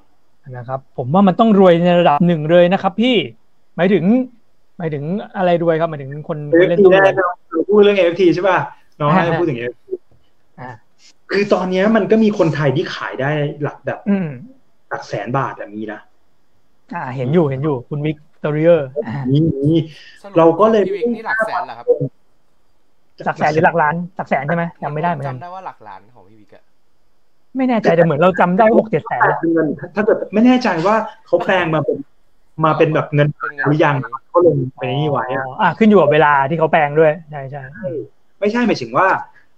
Speaker 1: นะครับ ผมว่ามันต้องรวยในระดับหนึ่งเลยนะครับ พี่หมายถึง หมายถึงอะไรรวยครับหมายถึงคนคนเล่น
Speaker 3: NFT
Speaker 1: ตู้
Speaker 3: แร
Speaker 1: รวย
Speaker 3: กเราพูดเรื่อง NFT ใช่ป่ะน้องน่าจะพูดถึง NFT
Speaker 1: อ่า
Speaker 3: คือตอนเนี้ยมันก็มีคนไทยที่ขายได้หลักแบบ
Speaker 1: อืม
Speaker 3: หลักแสนบาทแบบนี้นะ
Speaker 1: อ่า เห็นอยู่เห็นอยู่คุณวิกตอเรียอ่า
Speaker 3: นี่นี่
Speaker 2: สป
Speaker 3: เราก็เลย
Speaker 2: พี่วิกนี่หลักแสนเหรอครับ
Speaker 1: หลักแสนหรือหลักล้านหลักแสนใช่ไหมจำไม่ได้เหมือนกัน
Speaker 2: จำได้ว่าหลักล้านของพี่วิกอะ
Speaker 1: ไม่แน่ใจแต่เหมือนเราจำได้ว่าหกเจ็ดแสน
Speaker 3: เงินถ้าเกิดไม่แน่ใจว่าเขาแปลงมาเป็น มาเป็นแบบเงินหรือยังก็ลงไปนี่ไว้
Speaker 1: อ๋
Speaker 3: อะ
Speaker 1: ออ่ะขึ้นอยู่กับเวลาที่เขาแปลงด้วยใช่ใช่
Speaker 3: ไม่ใช่หมายถึงว่า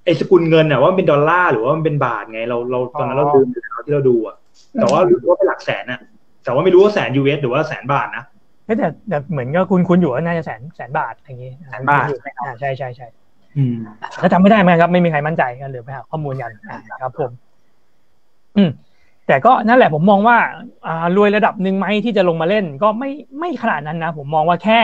Speaker 3: ไอ้สกุลเงินน่ะว่ามันเป็นดอลลาร์หรือว่ามันเป็นบาทไงเราเราตอนนั้นเราดูอยู่แล้วที่เราดูอะแต่ว่ารู้ว่าเป็นหลักแสนอะแต่ว่าไม่รู้ว่าแสน US หรือว่าแสนบาทนะ
Speaker 1: เอ้ยแต่แต่เหมือนก็คุณคุณอยู่ว่าน่าจะแสนแสนบาทอย่างนี้
Speaker 3: แสนบาท
Speaker 1: อ่าใช่ใช่ใช่
Speaker 3: อืม
Speaker 1: ถ้าจำไม่ได้ไหมครับไม่มีใครมั่นใจกันหรือไปหาข้อมูลกันอ่าครับผม อืม แต่ก็นั่นแหละผมมองว่าอ่ารวยระดับหนึ่งไหมที่จะลงมาเล่น ก็ไม่ไม่ขนาดนั้นนะผมมองว่าแค่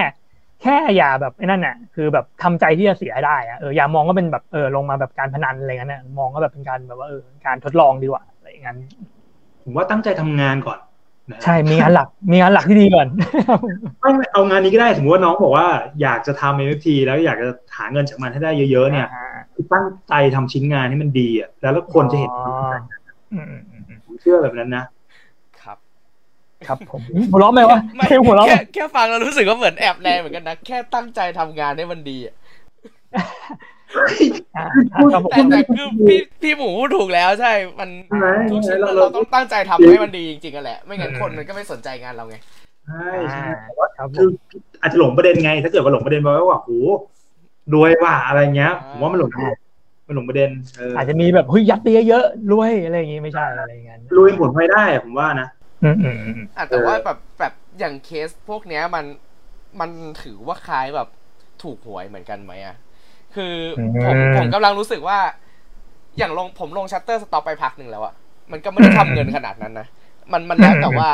Speaker 1: แค่อย่าแบบไอ้นั่นน่ะ คือแบบทำใจที่จะเสียได้อะเอออย่ามองก็เป็นแบบเออลงมาแบบการพนันอะไรเงี้ยนะมองก็แบบเป็นการแบบว่าเออการทดลองดีกว่าอะไรอย่างนั้น
Speaker 3: ผมว่าตั้งใจทำงานก่อนนะ
Speaker 1: ใช่ มีงานหลัก มีงานหลักที่ดีก่อน
Speaker 3: ไม่ไม่เอางานนี้ก็ได้สมมติว่าน้องบอกว่าอยากจะทำ NFT แล้วอยากจะหาเงินจากมันให้ได้เยอะๆเนี่ย คือตั้งใจทำชิ้นงานให้มันดีอ่ะแล้วคนจะเห็น
Speaker 1: อ๋ออืมๆ
Speaker 3: ผมเชื่อแบบนั้นนะ
Speaker 2: ครับ
Speaker 1: ๆครับผมหัวเราะไหมวะ
Speaker 2: ไม่
Speaker 1: เฮ้ยหัวเราะไหม
Speaker 2: แค่แค่ฟังแล้วรู้สึกว่าเหมือนแอบแรงเหมือนกันนะ แค่ตั้งใจทำงานให้มันดีอะ
Speaker 1: อ่าครับผม
Speaker 2: แต่แต่คือพี่พี่หมูพูดถูกแล้วใช่ มัน
Speaker 3: ใช่ไหม
Speaker 2: ทุกชิ้น
Speaker 3: เรา
Speaker 2: เราต้องตั้งใจทำ
Speaker 3: จริง
Speaker 2: ให้มันดีจริงๆกันแหละ ไม่งั้นคนมันก็ไม่สนใจงานเราไง
Speaker 3: ใช่ใช่
Speaker 1: อ่าครับผ
Speaker 3: คือ
Speaker 1: ม
Speaker 3: อาจจะหลงประเด็นไง ถ้าเกิดว่าหลงประเด็นไปว่าแบบโหรวยว่ะอะไรเงี้ย ผมว่ามันหลงประเด็นมันหลงประเด็นเออ
Speaker 1: อาจจะมีแบบเฮ้ยยัดไปเยอะๆรวยอะไรอย่างงี้ไม่ใช่อะไรอย่างนั้น
Speaker 3: รวยผลพลอยได้อะผมว่านะ
Speaker 1: อืมๆ
Speaker 2: อ่ะแต่ว่าแบบแบบอย่างเคสพวกเนี้ยมันมันถือว่าคล้ายแบบถูกหวยเหมือนกันไหมอ่ะคือผม
Speaker 1: อืม
Speaker 2: ผมกำลังรู้สึกว่า อย่างลงผมลงชัตเตอร์สต็อปไปพักหนึ่งแล้วอะมันก็ไม่ได้ทำเงินขนาดนั้นนะมันมันแล้วแต่ว่า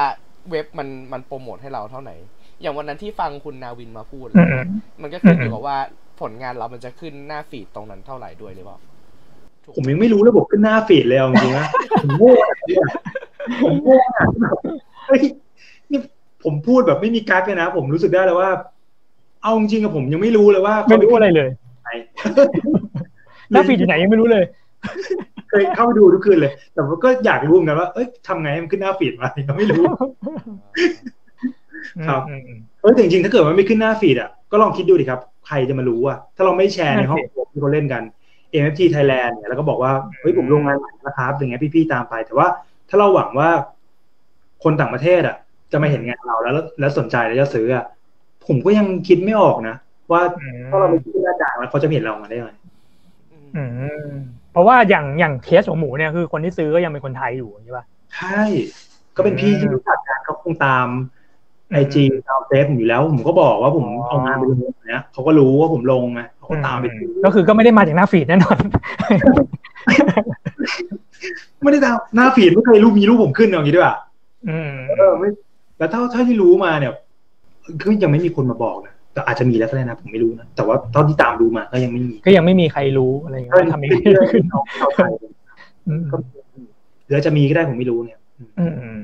Speaker 2: เว็บมันมันโปรโมทให้เราเท่าไหร่ อย่างวันนั้นที่ฟังคุณนาวินมาพูด
Speaker 1: ๆอืมๆ
Speaker 2: มันก็ขึ้นอยู่กับว่าผลงานเรามันจะขึ้นหน้าฟีดตรงนั้นเท่าไหร่ด้วยหรือเปล่าถูก
Speaker 3: ผมยังไม่รู้ระบบขึ้นหน้าฟีดเลยเอาจริงๆนะ ผมโง่อะเนี่ยผมโง่อะแบบเฮ้ยนี่ผมพูดแบบไม่มีการ์ดเลยนะ ผมรู้สึกได้เลยว่า เอาจริงๆกับผมยังไม่รู้เลยว่า
Speaker 1: ไม่รู้อะไรเลย
Speaker 3: ไหน
Speaker 1: หน้าฟีดอยู่ไหนยังไม่รู้เลย
Speaker 3: เคยเข้าไปดูทุกคืนเลย แต่ว่าก็อยากรู้เหมือนกันว่า เอ้ยทำไงให้มันขึ้นหน้าฟีดมาก็ไม่รู้ ครับ
Speaker 1: อืมอืม
Speaker 3: เออแต่จริงๆ ถ้าเกิดมันไม่ขึ้นหน้าฟีดอ่ะ ก็ลองคิดดูดิครับ ใครจะมารู้อ่ะ ถ้าเราไม่แชร์ในห้องที่เขาเล่นกัน MFT Thailand เนี่ย แล้วก็บอกว่า เฮ้ยผมลงงานใหม่นะครับ อย่างเงี้ยพี่ๆ ตามไป แต่ว่าถ้าเราหวังว่า คนต่างประเทศอ่ะ จะมาเห็นงานเราแล้ว แล้วสนใจแล้วจะซื้ออ่ะ ผมก็ยังคิดไม่ออกนะ ว่าถ้าเราไปขึ้นหน้ากลางแล้วเขาจะเห็นเรามาได้ไหม
Speaker 1: อืมเพราะว่าอย่างอย่างเคสของหมูเนี่ยคือคนที่ซื้อก็ยังเป็นคนไทยอยู่ใช่ป่ะ
Speaker 3: ใช่ ก็เป็นพี่ที่รู้จักกันเขาคงตาม ไอจีตามเฟซผมอยู่แล้ว ผมก็บอกว่าผม
Speaker 1: อ๋อ
Speaker 3: เอางานไปลงเนี้ยเขาก็รู้ว่าผมลงไงเขาก็ตามไปดู
Speaker 1: ก็คือก็ไม่ได้มาจากหน้าฟีดแน่นอน
Speaker 3: ไม่ได้ตามหน้าฟีดไม่เคยรูปมีรูปผมขึ้นเอาอย่างนี้ด้วยอ่ะ
Speaker 1: อืม
Speaker 3: เออไม่แล้วเท่าเท่าที่รู้มาเนี่ยก็ยังไม่มีคนมาบอกนะแต่อาจจะมีแล้วก็ได้นะผมไม่รู้นะแต่ว่าเท่าที่ตามดูมาก็ยังไม่มี
Speaker 1: ก็ยังไม่มีใครรู้อะไรอย่างเงี้ยว่าทำยังไง
Speaker 3: เพื่อนๆน้องชาวไทย
Speaker 1: อืม
Speaker 3: ก็มีหรือจะมีก็ได้ผมไม่รู้เนี่ยอื
Speaker 1: อื
Speaker 3: ม
Speaker 1: มอืม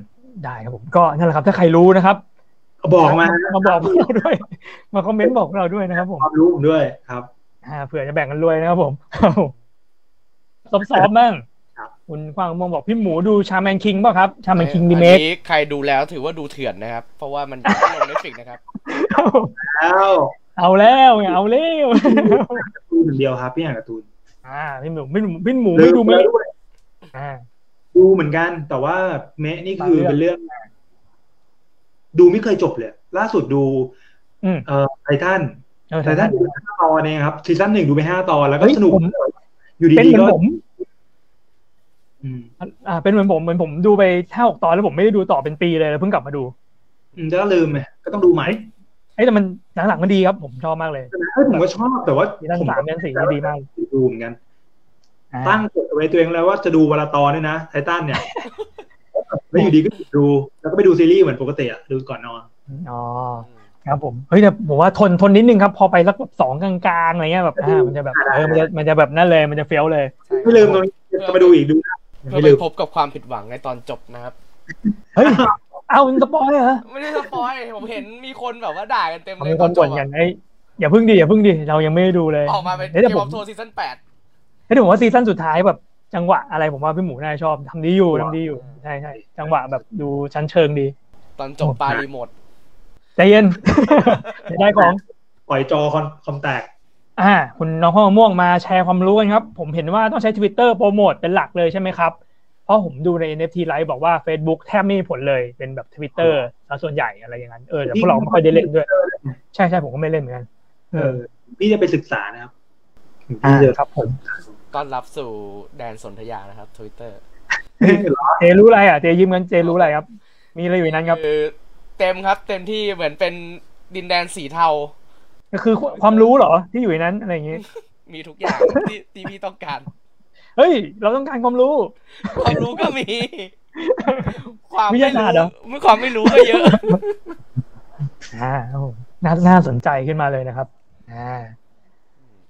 Speaker 1: ได้ครับผมก็นั่นแหละครับ ถ้าใครรู้นะครับ
Speaker 3: บอกมา
Speaker 1: มาบอกพวกเราด้วย มาคอมเมนต์บอกพวกเราด้วยนะครับผม
Speaker 3: ความรู้ผมด้วยครับ
Speaker 1: อ่าเผื่อจะแบ่งกันรวยนะครับผม ซอฟต์ๆบ้าง
Speaker 3: ครับ
Speaker 1: คุณควางมองบอกพี่หมูดูชาแมนคิงป่ะครับชาแมนคิงรี
Speaker 2: อั
Speaker 1: เมค
Speaker 2: นี้ใครดูแล้วถือว่าดูเถื่อนนะครับ เพราะว่ามันยังไม่ลงเน็ตฟลิกนะครับ
Speaker 3: แล้ว
Speaker 1: เอาแล้วไงเอาแล้ว
Speaker 3: การ์ตูนอย่างเดียวครับพี่อ่านการ์ตูน
Speaker 1: อ่าพี่หมูพี่หมูพี่หมูไม่ดูไม่
Speaker 3: แล้ว
Speaker 1: อ่า
Speaker 3: ดูเหมือนกันแต่ว่าเมะนี่คือ
Speaker 1: ตามเรื่อง
Speaker 3: เป็นเรื่อง ดูไม่เคยจบเลย ล่าสุดดู
Speaker 1: อืม
Speaker 3: เอ่อไททัน
Speaker 1: เออ
Speaker 3: ไททันดูไปห้าตอนเองครับซีซั่นหนึ่งดูไปห้าตอนแล้วก็
Speaker 1: เฮ้ย
Speaker 3: สนุก
Speaker 1: ผม
Speaker 3: อยู่
Speaker 1: เป็น
Speaker 3: ดี
Speaker 1: เหมือ
Speaker 3: ๆก็
Speaker 1: นผม
Speaker 3: อืม
Speaker 1: อ่าเป็นเหมือนผมเหมือนผมดูไปห้าหกตอนแล้วผมไม่ได้ดูต่อเป็นปีเลยแล้วเพิ่งกลับมาดู
Speaker 3: อืมแล้วก็ลืมไงก็ต้องดูใหม่
Speaker 1: ไอ้ยแต่มันหลังๆมันดีครับ ผมชอบมากเลย
Speaker 3: ใช่ไหมเอ้ยผมก็ชอบแต่ว่า
Speaker 1: มีทั้ง
Speaker 3: ผม
Speaker 1: สามยันสี่ดีมาก
Speaker 3: ดูเหมือนกัน
Speaker 1: อ่า
Speaker 3: ตั้งกฎเอาไว้ตัวเองแล้วว่าจะดูวันละตอนด้วยนะไททันเนี่ยแล้วอยู่ดีก็ดู แล้วก็ไปดูซีรีส์เหมือนปกติอะดูก่อนนอน
Speaker 1: อ๋อครับผมเฮ้ยแต่ผมว่าทนทนนิดนึงครับ พอไปสักแบบสองกลางๆอะไรเงี้ยแบบอ่ามันจะแบบเออมันจะมันจะแบบนั่นเลยมันจะเฟี้ยวเลย
Speaker 3: ไม่ลืมตรงนี้จะมาดูอีกดูนะยัง
Speaker 2: เพื่อ
Speaker 3: ไม่
Speaker 2: ไป
Speaker 3: ลืม
Speaker 2: พบกับความผิดหวังในตอนจบนะครับ
Speaker 1: เฮ้ยเอามันสปอยเหรอ
Speaker 2: ไม่ได้สปอยผมเห็นมีคนแบบว่าด่ากันเต็ม
Speaker 1: เอา
Speaker 2: เล
Speaker 1: มี
Speaker 2: ย
Speaker 1: คน
Speaker 2: จ
Speaker 1: บ่น
Speaker 2: บ
Speaker 1: กัน
Speaker 2: อะ
Speaker 1: ไอ้ยอย่าเพึ่งดิอย่าเพึ่งดิเรายังไม่ได้ดูเลย
Speaker 2: ออกมาเป็น
Speaker 1: เดี๋ยว
Speaker 2: เกม
Speaker 1: ผ
Speaker 2: ออ
Speaker 1: ม
Speaker 2: ฟโทซีซั่นแปด
Speaker 1: เฮ้ยแต่ผมว่าซีซั่นสุดท้ายแบบจังหวะอะไรผมว่าพี่หมูน่าจะชอบทำดีอยู่ทำดีอยู่ใช่ใช่จังหวะแบบดูชั้นเชิงดี
Speaker 2: ตอนจบปารีโมด
Speaker 1: ใจเย็น จะได้ของ
Speaker 3: ปล่อยจอคอมคอมแตก
Speaker 1: อ่า คุณน้องข้าวมะม่วงมาแชร์ความรู้กันครับ ผมเห็นว่าต้องใช้ทวิตเตอร์โปรโมทเป็นหลักเลยใช่ไหมครับ ราะผมดูใน NFT ไลฟ์บอกว่า Facebook แทบไม่มีผลเลยเป็นแบบ Twitter ซะส่วนใหญ่อะไรอย่างนั้นเออแต่พวกเราไม่ค่อยได้เล่นด้วย ใช่ใช่ผมก็ไม่เล่นเหมือนกัน
Speaker 3: เออ พี่จะไปศึกษานะครับ
Speaker 1: อ่า
Speaker 3: พี่จะ
Speaker 1: ครับผม
Speaker 2: ต้อนรับสู่แดนสนธยานะครับ Twitter
Speaker 1: เจรู้อะไรอ่ะเจยิ้มกันเจรู้อะไรครับ มีอะไรอยู่ในนั้นครับ
Speaker 2: คือเต็มครับ เต็มที่เหมือนเป็นดินแดนสีเทา
Speaker 1: ก็คือความรู้เหรอที่อยู่ในนั้นอะไรอย่างงี้
Speaker 2: มีทุก อย่าง ที่ที่พี่ต้องการ
Speaker 1: เฮ้ย เราต้องการความรู้
Speaker 2: ความรู้ก็ มี ความ
Speaker 1: วิท
Speaker 2: ไม่
Speaker 1: ยาศาสตร์เหรอ
Speaker 2: รู้ไม่ความไม่รู้ก็เยอะ
Speaker 1: อ่าครับผมน่าน่าสนใจขึ้นมาเลยนะครับ อ่า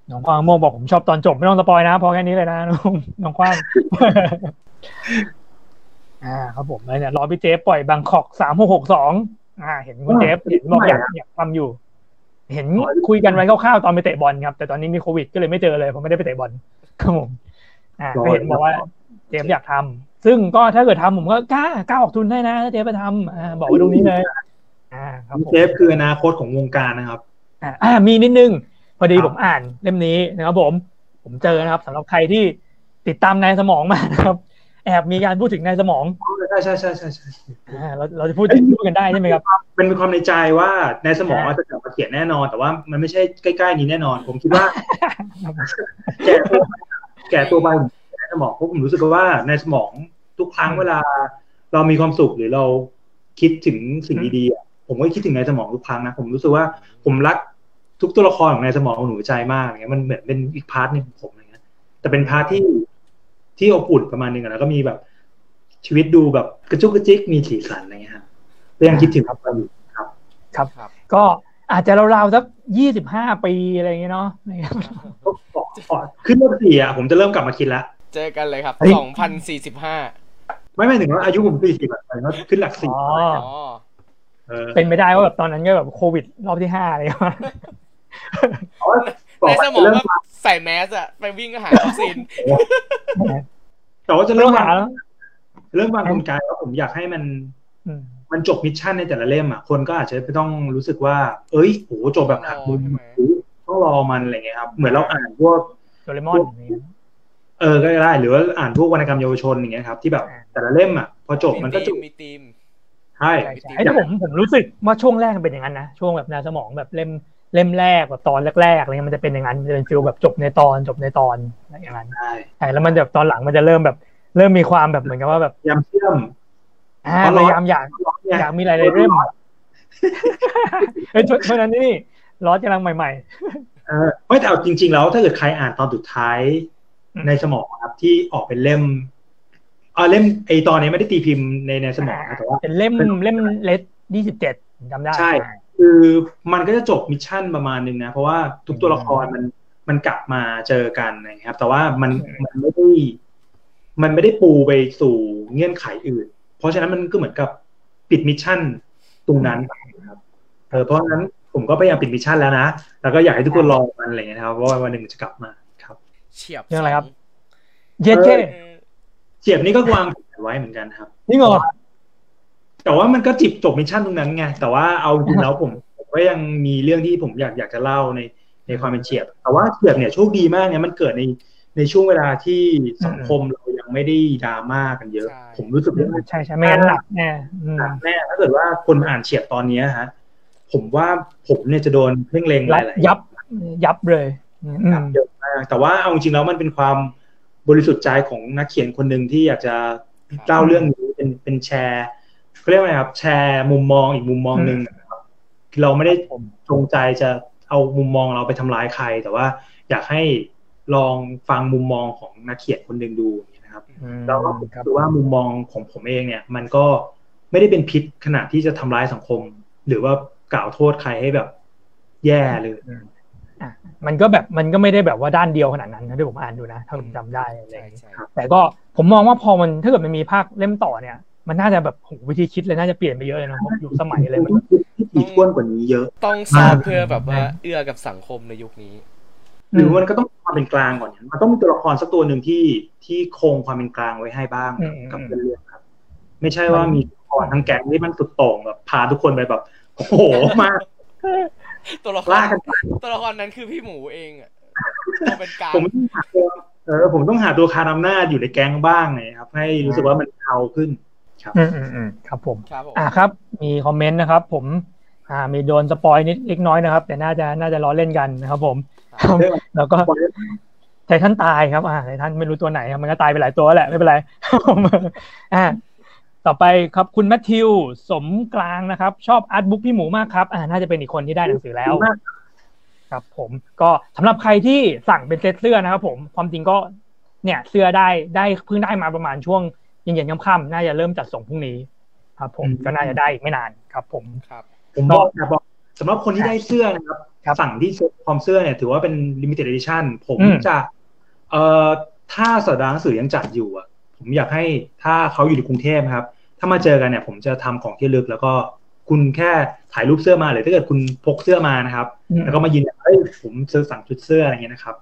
Speaker 1: น้องควางโมงบอกผมชอบตอนจบไม่ต้องสปอยนะ พอแค่นี้เลยนะ น้องน้องควาง อ่า ครับผมแล้วเนี่ยรอพี่เจฟปล่อยบางคอกสามหกหกสองอ่า เห็นคุณเจฟเห็นบอกอยากอยากทำอยู่ เห็นคุยกันไว้คร่าวๆตอนไปเตะบอลครับ แต่ตอนนี้มีโควิดก็เลยไม่เจอเลย ผมไม่ได้ไปเตะบอลครับผมอ่าก็เห็นบอกว่า เจฟอยากทำซึ่งก็ถ้าเกิดทำผมก็กล้ากล้าออกทุนให้นะถ้าเจฟไปทำอ่าบอกไว้ตรงนี้เลย อ่า ครับผม
Speaker 3: เซฟคืออนาคตของวงการนะครับ
Speaker 1: อ่ะอ่ามีนิดนึง พอดี
Speaker 3: ครับ
Speaker 1: ผมอ่านเล่มนี้นะครับผม ผมเจอนะครับสำหรับใครที่ติดตามนายสมองมานะครับ แอบมีการพูดถึงนายสมอง
Speaker 3: ใช่ใช่ใช่ใช่ใช่
Speaker 1: อ่าเราเราจะพูดถึงพูดกันได้ใช่ไหมครับ
Speaker 3: เป็นความในใจว่าในสมองอาจจะกลับมาเขียนแน่นอน แต่ว่ามันไม่ใช่ใกล้ๆนี้แน่นอน ผมคิดว่า แก่ตัวแก่ตัวไปในสมองเพราะผมรู้สึกว่าในสมองทุกครั้งเวลา เรามีความสุขหรือเราคิดถึงสิ่งดีๆอ่ะผมก็คิดถึงในสมองทุกครั้งนะผมรู้สึกว่าผมรักทุกตัวละครของในสมองของหนูใจมากอย่างเงี้ยมันเหมือนเป็นอีกพาร์ทหนึงของผมอะไรเงี้ยแต่เป็นพาร์ทที่ที่อบอุ่นประมาณหนึงอะแล้วก็มีแบบ ชีวิตดูแบบกระจุกกระจิกมีสีสันอะไรเงี้ยครับก็ยังคิดถึงครับอยู่
Speaker 1: ก็อาจจะราวๆสักยี่สิบห้าปีอะไรอย่างเงี้ยเนาะนะครับ
Speaker 3: ก็ขอขึ้นเลขสี่อ่ะผมจะเริ่มกลับมาคิดละ
Speaker 2: เจอกันเลยครับ
Speaker 1: เฮ้ย
Speaker 2: 2045
Speaker 3: ไม่ไม่ถึงว่าอายุผมสี่สิบแบบไหนว่าขึ้นหลักสี่
Speaker 1: อ๋อ
Speaker 2: อ๋อ
Speaker 3: เออ
Speaker 1: เป็นไม่ได้ว่าแบบตอนนั้นก็แบบโควิดรอบที่ห้าอะไรอย่างเงี้ย
Speaker 3: เพราะว่า
Speaker 2: ในสมอง
Speaker 3: เริ่ม
Speaker 2: ก็ใส่แมสอะไปวิ่งก็หาวัคซีน
Speaker 3: แต่ว่าจะ
Speaker 1: เรื่
Speaker 3: เริ่
Speaker 1: อ
Speaker 3: ม
Speaker 1: งหาว
Speaker 3: าง
Speaker 1: แล้ว
Speaker 3: เริ่มวางกลไกว่าผมอยากให้มัน
Speaker 1: อืม
Speaker 3: มันจบมิชชั่นในแต่ละเล่มอ่ะคนก็อาจจะไม่ต้องรู้สึกว่า เอ้ยโหจบแบบหักมุม
Speaker 2: ใช่ไหม
Speaker 3: ต้องรอมันอะไรเงี้ยครับเหมือนเราอ่านพวก
Speaker 1: โดเรมอนอย่างเงี้ย
Speaker 3: เออก็ได้หรือว่าอ่านพวกวรรณกรรมเยาวชนอย่างเงี้ยครับที่แบบ
Speaker 1: อ่า
Speaker 3: แต่ละเล่มอ่ะพอจบมันก็จบ
Speaker 2: มีทีม
Speaker 3: ใช่
Speaker 1: ใช่ใช่ไอ้ที่ผมผมรู้สึกว่าช่วงแรกมันเป็นอย่างนั้นนะช่วงแบบนายสมองแบบเล่มเล่มแรกแบบตอนแรกๆอะไรเงี้ยมันจะเป็นอย่างนั้นมันจะเป็นฟิลแบบจบในตอนจบในตอนอะไรอย่างนั้น
Speaker 3: ใช่
Speaker 1: ใช่แล้วมันแบบตอนหลังมันจะเริ่มแบบ เริ่มมีความแบบเหมือนกับว่าแบบ
Speaker 3: พยายามเชื่อม
Speaker 1: อ่าพยายามอยาก
Speaker 3: เนี่ย
Speaker 1: อยากมีหลายๆเล่มเอ้ยเพราะเพราะฉะนั้นนี่ลอสกำลังใหม่
Speaker 3: เออไม่แต่เอาจริง ๆ แล้วถ้าเกิดใครอ่านตอนสุดท้าย
Speaker 1: อืม
Speaker 3: ในสมองครับที่ออกเป็นเล่มเออเล่มไอตอนนี้ไม่ได้ตีพิมพ์ในในสมอง
Speaker 1: า
Speaker 3: นะแต่ว่า
Speaker 1: ๆเป็นเล่มเล่มเลสยี่สิบเจ็ดจำได้
Speaker 3: ใช่ คือมันก็จะจบมิชชั่นประมาณนึงนะเพราะว่าทุกตัวละครมันมันกลับมาเจอกันนะครับ แต่ว่ามันมันไม่ได้มันไม่ได้ปูไปสู่เงื่อนไขอื่น เพราะฉะนั้นมันก็เหมือนกับปิดมิชชั่นตรงนั้นไปนะครับเออเพราะฉะนั้นผมก็พยายามปิดมิชชั่นแล้วนะแล้วก็อยากให้ทุกคนรอมันอะไรอย่างเงี้ยนะครับว่าวันหนึ่งมันจะกลับมาครับ
Speaker 2: เฉียบ
Speaker 1: เรื่องอะไรครับ
Speaker 2: ส
Speaker 1: เย็ดเช่
Speaker 2: องเออ
Speaker 3: เจียบนี่ก็วางแผนไว้เหมือนกันครับ
Speaker 1: นี่เหรอ
Speaker 3: แต่ว่ามันก็จิบจบมิชชั่นตรงนั้นไงแต่ว่าเอาจริงแล้วผมผมก็ยังมีเรื่องที่ผมอยากอยากจะเล่าในในความเป็นเฉียบ แต่ว่าเฉียบเนี่ยโชคดีมากเนี่ยมันเกิดในในช่วงเวลาที่สังคมเรายังไม่ได้ดราม่ากันเยอะ ผมรู้สึกว่า
Speaker 1: ใช่ใช่ไม่งั้นหนักแน่อืม
Speaker 3: แน่ถ้าเกิดว่าคนมาอ่านเฉียบตอนเนี้ยฮะผมว่าผมเนี่ยจะโดนเพ่งเล็งห
Speaker 1: ยับ
Speaker 3: ลายๆ
Speaker 1: ยับยับเลยอืม
Speaker 3: ครับเยอะมากแต่ว่าเอาจริงๆแล้วมันเป็นความบริสุทธิ์ใจของนักเขียนคนหนึ่งที่อยากจะเล่าเรื่องนี้เป็นเป็นแชร์เขาเรียกว่าไงครับ แชร์มุมมองอีกมุมมองหนึ่งนะครับคือเราไม่ได้จงใจจะเอามุมมองเราไปทำร้ายใคร แต่ว่าอยากให้ลองฟังมุมมองของนักเขียนคนหนึ่งดูนะครับ เราก็คือว่ามุมมองของผมเองเนี่ย มันก็ไม่ได้เป็นพิษขนาดที่จะทำร้ายสังคม หรือว่ากล่าวโทษใครให้แบบ แย่เลย
Speaker 1: มันก็แบบมันก็ไม่ได้แบบว่าด้านเดียวขนาดนั้นนะที่ผมอ่านดูนะถ้าผมจำได้อะไรอ
Speaker 2: ใช่
Speaker 1: ย่างงี้
Speaker 2: ใช่
Speaker 1: แต่ก็ผมมองว่าพอมันถ้าเกิดมันมีภาคเล่มต่อเนี่ย มันน่าจะแบบโหวิธีคิดเลยน่าจะเปลี่ยนไปเยอะเลยเนอะยุคสมัยเลยมัน
Speaker 3: ต้องคิดที่ถี่ถ้วนกว่านี้เยอะ
Speaker 2: ต้องสร้างเพื่อแบบว่าเอื้อกับสังคมในยุคนี้
Speaker 3: หรือมันก็ต้องมีความเป็นกลางก่อนเนี่ยมันต้องมีตัวละครสักตัวหนึ่งที่ที่คงความเป็นกลางไว้ให้บ้าง
Speaker 1: อืมอืม
Speaker 3: กับเรื่องครับ ไม่ใช่ว่ามีตัวละครทั้งแก๊งที่มันสุดโต่งแบบพาทุกคนไปแบบ โอ้โห มา
Speaker 2: ตัวละคร
Speaker 3: ลากกันไป
Speaker 2: ตัวละครนั้นคือพี่หมูเองอะตัวเป็นกลาง
Speaker 3: ผมไม่ได้หาตัวเอ เออผมต้องหาตัวคานำหน้าอยู่ในแก๊งบ้างไงครับ ให้รู้สึกว่ามันเอาขึ้นครับ
Speaker 1: อืมอืมอืมครับผม
Speaker 2: ครับผม
Speaker 1: อ่าครับ มีคอมเมนต์นะครับ ผม อ่า มีโดนสปอยนิดเล็กน้อยนะครับ แต่น่าจะน่าจะล้อเล่นกันนะครับผมครับ
Speaker 3: เรื่อง
Speaker 1: แล้วก็ไททันตายครับ อ่าไททันไม่รู้ตัวไหนครับมันก็ตายไปหลายตัวแล้วแหละไม่เป็นไร ครับผมอ่าต่อไปครับคุณแมทธิวสมกลางนะครับ ชอบอาร์ตบุ๊กพี่หมูมากครับ อ่า น่าจะเป็นอีกคนที่ได้หนังสือแล้ว
Speaker 3: มาก
Speaker 1: ครับผมก็สำหรับใครที่สั่งเป็นเซตเสื้อนะครับผมความจริงก็เนี่ยเสื้อได้ได้เพิ่งได้มาประมาณช่วงเย็นๆค่ำๆน่าจะเริ่มจัดส่งพรุ่งนี้ ครับผมก็น่าจะได้อีกไม่นานครับผม
Speaker 2: ครับ
Speaker 3: ผมบอกแต่บอกสำหรับคนที่ได้เสื้อนะครับ
Speaker 1: ครับ
Speaker 3: สั่งที่คอมเสื้อเนี่ย ถือว่าเป็น limited edition ผม
Speaker 1: อืม
Speaker 3: จะเอ่อถ้าสัปดาห์หนังสือยังจัดอยู่อะผมอยากให้ถ้าเขาอยู่ในกรุงเทพนะครับ ถ้ามาเจอกันเนี่ย ผมจะทำของที่ระลึกแล้วก็คุณแค่ถ่ายรูปเสื้อมาหรือถ้าเกิดคุณพกเสื้อมานะครับ แล้วก็มายืนยันว่าเอ้ยผมซื้อสั่งชุดเสื้ออะไรเงี้ยนะครับ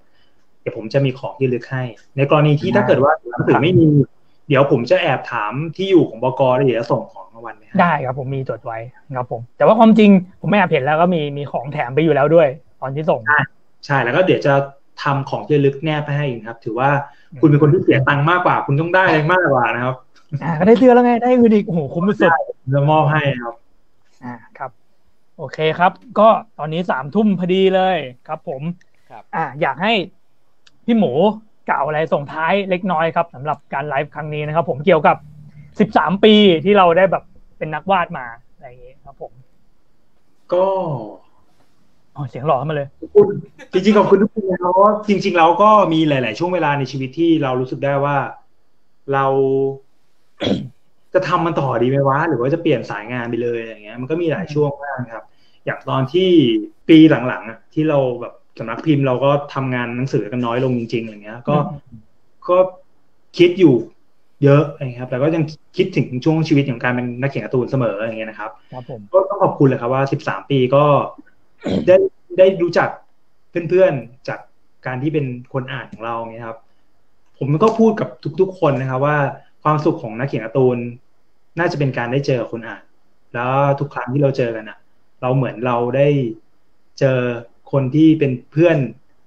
Speaker 3: เดี๋ยวผมจะมีของที่ระลึกให้ ในกรณีที่ถ้าเกิดว่าหนังสือไม่มี เดี๋ยวผมจะแอบถามที่อยู่ของบกแล้วเดี๋ยวจะส่งของรางวัลไปให้
Speaker 1: ได้ครับผมมีจดไว้ครับผม แต่ว่าความจริงผมไม่แอบเห็นแล้วก็มีมีของแถมไปอยู่แล้วด้วย ตอนที่ส่ง
Speaker 3: ใช่แล้วก็เดี๋ยวจะทำของที่ระลึกแนบไปให้อีกนะครับ ถือว่าคุณเป็นคนที่เสียตังค์มากกว่า คุณต้องได้อะไรมากกว่านะครับ
Speaker 1: อ่าก็ได้เสื้อแล้วไงได้เงินอีกโอ้โหคุ้มสุด
Speaker 3: ผมจะมอบให้นะครับ
Speaker 1: อ่าครับ โอเคครับ ก็ตอนนี้สามทุ่มพอดีเลยครับผม
Speaker 2: ครับ
Speaker 1: อ่าอยากให้พี่หมูกล่าวอะไรส่งท้ายเล็กน้อยครับสำหรับการไลฟ์ครั้งนี้นะครับ ผมเกี่ยวกับสิบสามปีที่เราได้แบบเป็นนักวาดมาอะไรอย่างเงี้ยครับผม
Speaker 3: ก็
Speaker 1: อ๋อเสียงหล่อขึ้นมาเลย
Speaker 3: ขอบคุณจริงๆขอบคุณทุกคนนะครับว่าจริง ๆ เราก็มีหลาย ๆ ช่วงเวลาในชีวิตที่เรารู้สึกได้ว่า เรา จะทำมันต่อดีไหมวะหรือว่าจะเปลี่ยนสายงานไปเลยอย่างเงี้ย มันก็มีหลายช่วงมากครับ อย่างตอนที่ปีหลังๆอะที่เราแบบสำนักพิมพ์เราก็ทำงานหนังสือกันน้อยลงจริง ๆ อย่างเงี้ย ก็ก็คิดอยู่เยอะอย่างเงี้ยครับแล้วก็ยังคิดถึงช่วงชีวิตของการเป็นนักเขียนการ์ตูนเสมออย่างเงี้ยนะครับ
Speaker 1: ครับผม
Speaker 3: ก็ต้องขอบคุณเลยครับว่า 13 ปีก็ ได้ได้รู้จักเพื่อนๆ จากการที่เป็นคนอ่านของเราเนี่ยครับ ผมก็พูดกับทุกๆ คนนะครับ ว่าความสุขของนักเขียนการ์ตูน น่าจะเป็นการได้เจอคนอ่าน แล้วทุกครั้งที่เราเจอกันอ่ะ เราเหมือนเราได้เจอคนที่เป็นเพื่อน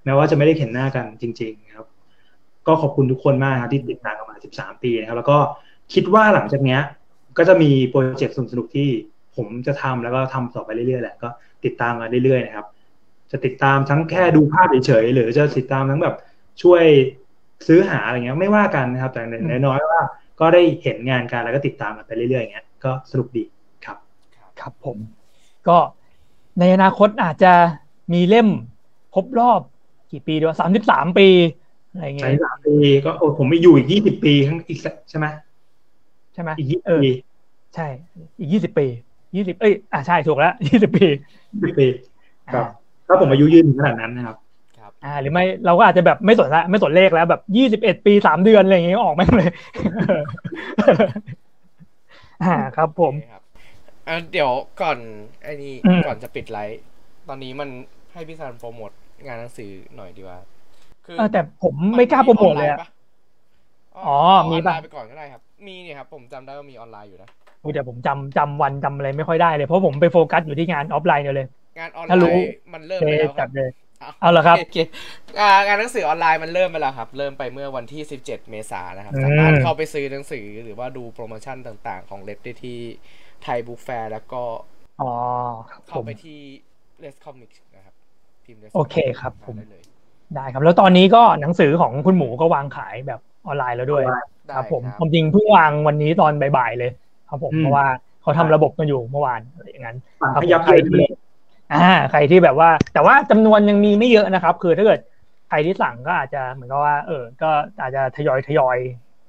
Speaker 3: แม้ว่าจะไม่ได้เห็นหน้ากันจริง ๆ ครับ ก็ขอบคุณทุกคนมากครับที่ติดตามกันมา 13 ปีนะครับ แล้วก็คิดว่าหลังจากเนี้ย ก็จะมีโปรเจกต์สนุกๆที่ผมจะทำแล้วก็ทำต่อไปเรื่อยๆแหละก็ติดตามกันเรื่อยๆนะครับ จะติดตามทั้งแค่ดูภาพเฉยๆหรือจะติดตามทั้งแบบช่วยซื้อหาอะไรเงี้ยไม่ว่ากันนะครับ แต่อย่างน้อยๆว่า ก็ได้เห็นงานกันแล้วก็ติดตามกันไปเรื่อยๆอย่างเงี้ยก็สนุกดีครับ
Speaker 1: ครับผม ก็ในอนาคตอาจจะมีเล่มครบรอบกี่ปีดีวะสามสิบสามปีอะไรอย่าง
Speaker 3: ใช้
Speaker 1: เงี้ย
Speaker 3: สามปีก็โอ้ผมไม่อยู่อีกยี่สิบปีข้างอีกสักใช่ไหม
Speaker 1: ใช่ไหม
Speaker 3: อีกยี่สิบ
Speaker 1: เออ
Speaker 3: ปี
Speaker 1: ใช่ อีกยี่สิบปียี่สิบเอ้ยอ่าใช่ถูกแล้ว ยี่สิบปี
Speaker 3: ยี่สิบปี ครับ ถ้าผมอายุยืนถึงขนาดนั้นนะครับ
Speaker 2: ครับ
Speaker 1: อ่าหรือไม่เราก็อาจจะแบบไม่สนละไม่สนเลขแล้วแบบยี่สิบเอ็ดปีสามเดือนอะไรอย่างเงี้ยออกแม่งเลย อ่าครับผม
Speaker 2: โอเคครับอ่ะเดี๋ยวก่อนไอ้นี่
Speaker 1: อืม
Speaker 2: ก่อนจะปิดไลฟ์ตอนนี้มันให้พี่ซันโปรโมทงานหนังสือหน่อยดีกว่า คื
Speaker 1: เออแต่ผมไม่กล้าโปรโมทเลยอะ
Speaker 2: น
Speaker 1: อ๋อมี
Speaker 2: ปะ
Speaker 1: ปะ
Speaker 2: เาออนไลน์ไปก่อนก็ได้ครับ มีเนี่ยครับ ผมจำได้ว่ามีออนไลน์อยู่นะ
Speaker 1: โอ้ยเดี๋ยวผมจำจำวันจำอะไรไม่ค่อยได้เลยเพราะผมไปโฟกัสอยู่ที่งานออฟไลน์เดียวเลย
Speaker 2: งานออนไล
Speaker 1: ถ้ารู้
Speaker 2: น์มันเริ่มไป
Speaker 1: เลย
Speaker 2: แล้วค
Speaker 1: จั
Speaker 2: รับ
Speaker 1: ดเลย
Speaker 2: อ้าว
Speaker 1: เอาเหรอครับ
Speaker 2: โอเคอ่างานหนังสือออนไลน์มันเริ่มไปแล้วครับ เริ่มไปเมื่อวันที่ 17 เมษายนนะครับ
Speaker 1: อืม
Speaker 2: สามารถเข้าไปซื้อหนังสือหรือว่าดูโปรโมชั่นต่างๆ ของเล็บได้ที่ไทยบุ๊กแฟร์แล้วก็
Speaker 1: อ๋อครับผ
Speaker 2: เข้าม ไปที่เลสคอมิกนะครับ พิมพ์ Les
Speaker 1: โอเคครับผม
Speaker 2: ได้เลย
Speaker 1: ได้ครับ แล้วตอนนี้ก็หนังสือของคุณหมูก็วางขายแบบออนไลน์แล้วด้วย
Speaker 2: ได้
Speaker 1: ครับผมผมจริงเพิ่งวางวันนี้ตอนบ่ายๆเลย ครับผม
Speaker 3: อืม
Speaker 1: เพราะว่าเขาทำระบบกันอยู่เมื่อวานอะไรอย่างนั้น
Speaker 3: ฝั่ง
Speaker 1: ครับ
Speaker 3: ขยับ
Speaker 1: ใคร
Speaker 3: เยินไป
Speaker 1: ที่
Speaker 3: เลย
Speaker 1: อ่า ใครที่แบบว่า แต่ว่าจำนวนยังมีไม่เยอะนะครับ คือถ้าเกิดใครที่สั่งก็อาจจะเหมือนกับว่า เออ ก็อาจจะทยอยทยอย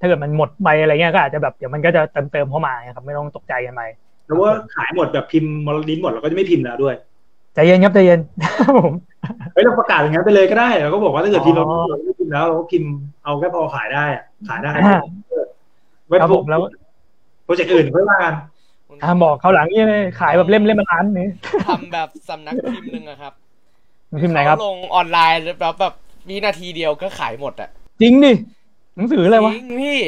Speaker 1: ถ้าเกิดมันหมดไปอะไรเงี้ยก็อาจจะแบบเดี๋ยวมันก็จะเติมเติมๆเข้ามาครับ ไม่ต้องตกใจกันไป
Speaker 3: แล้วว่าขายหมดแบบพิมพ์มรดินหมดเราก็จะไม่พิมพ์แล้วด้วย
Speaker 1: ใจเย็นครับใจเย็นครับผม
Speaker 3: เฮ้ยเราประกาศอย่างนั้นไปเลยก็ได้เราก็บอกว่าถ้าเกิดพิมพ์เรา
Speaker 1: อ๋อ
Speaker 3: เราไม่พิมพ์แล้วเราก็พิมพ์เอาแค่พอขายได้อะขายได้
Speaker 1: อ่า
Speaker 3: ไว้
Speaker 1: ครับผมแล้ว
Speaker 3: โปรเจกต์อื่นค่อยว่ากัน
Speaker 2: คุณ
Speaker 1: อ่าบอกเขาวหลังนี่เลยขายแบบเล่มเล่มละล้านนี่
Speaker 2: ทำแบบสำนักพิมพ์หนึ่งอะครับ
Speaker 1: พิมพ์ไหนครับ
Speaker 2: เขาลงออนไลน์แล้วแบบวินาทีเดียวก็ขายหมดอะ
Speaker 1: จริงดิ หนังสืออะไรวะ
Speaker 2: จงพี่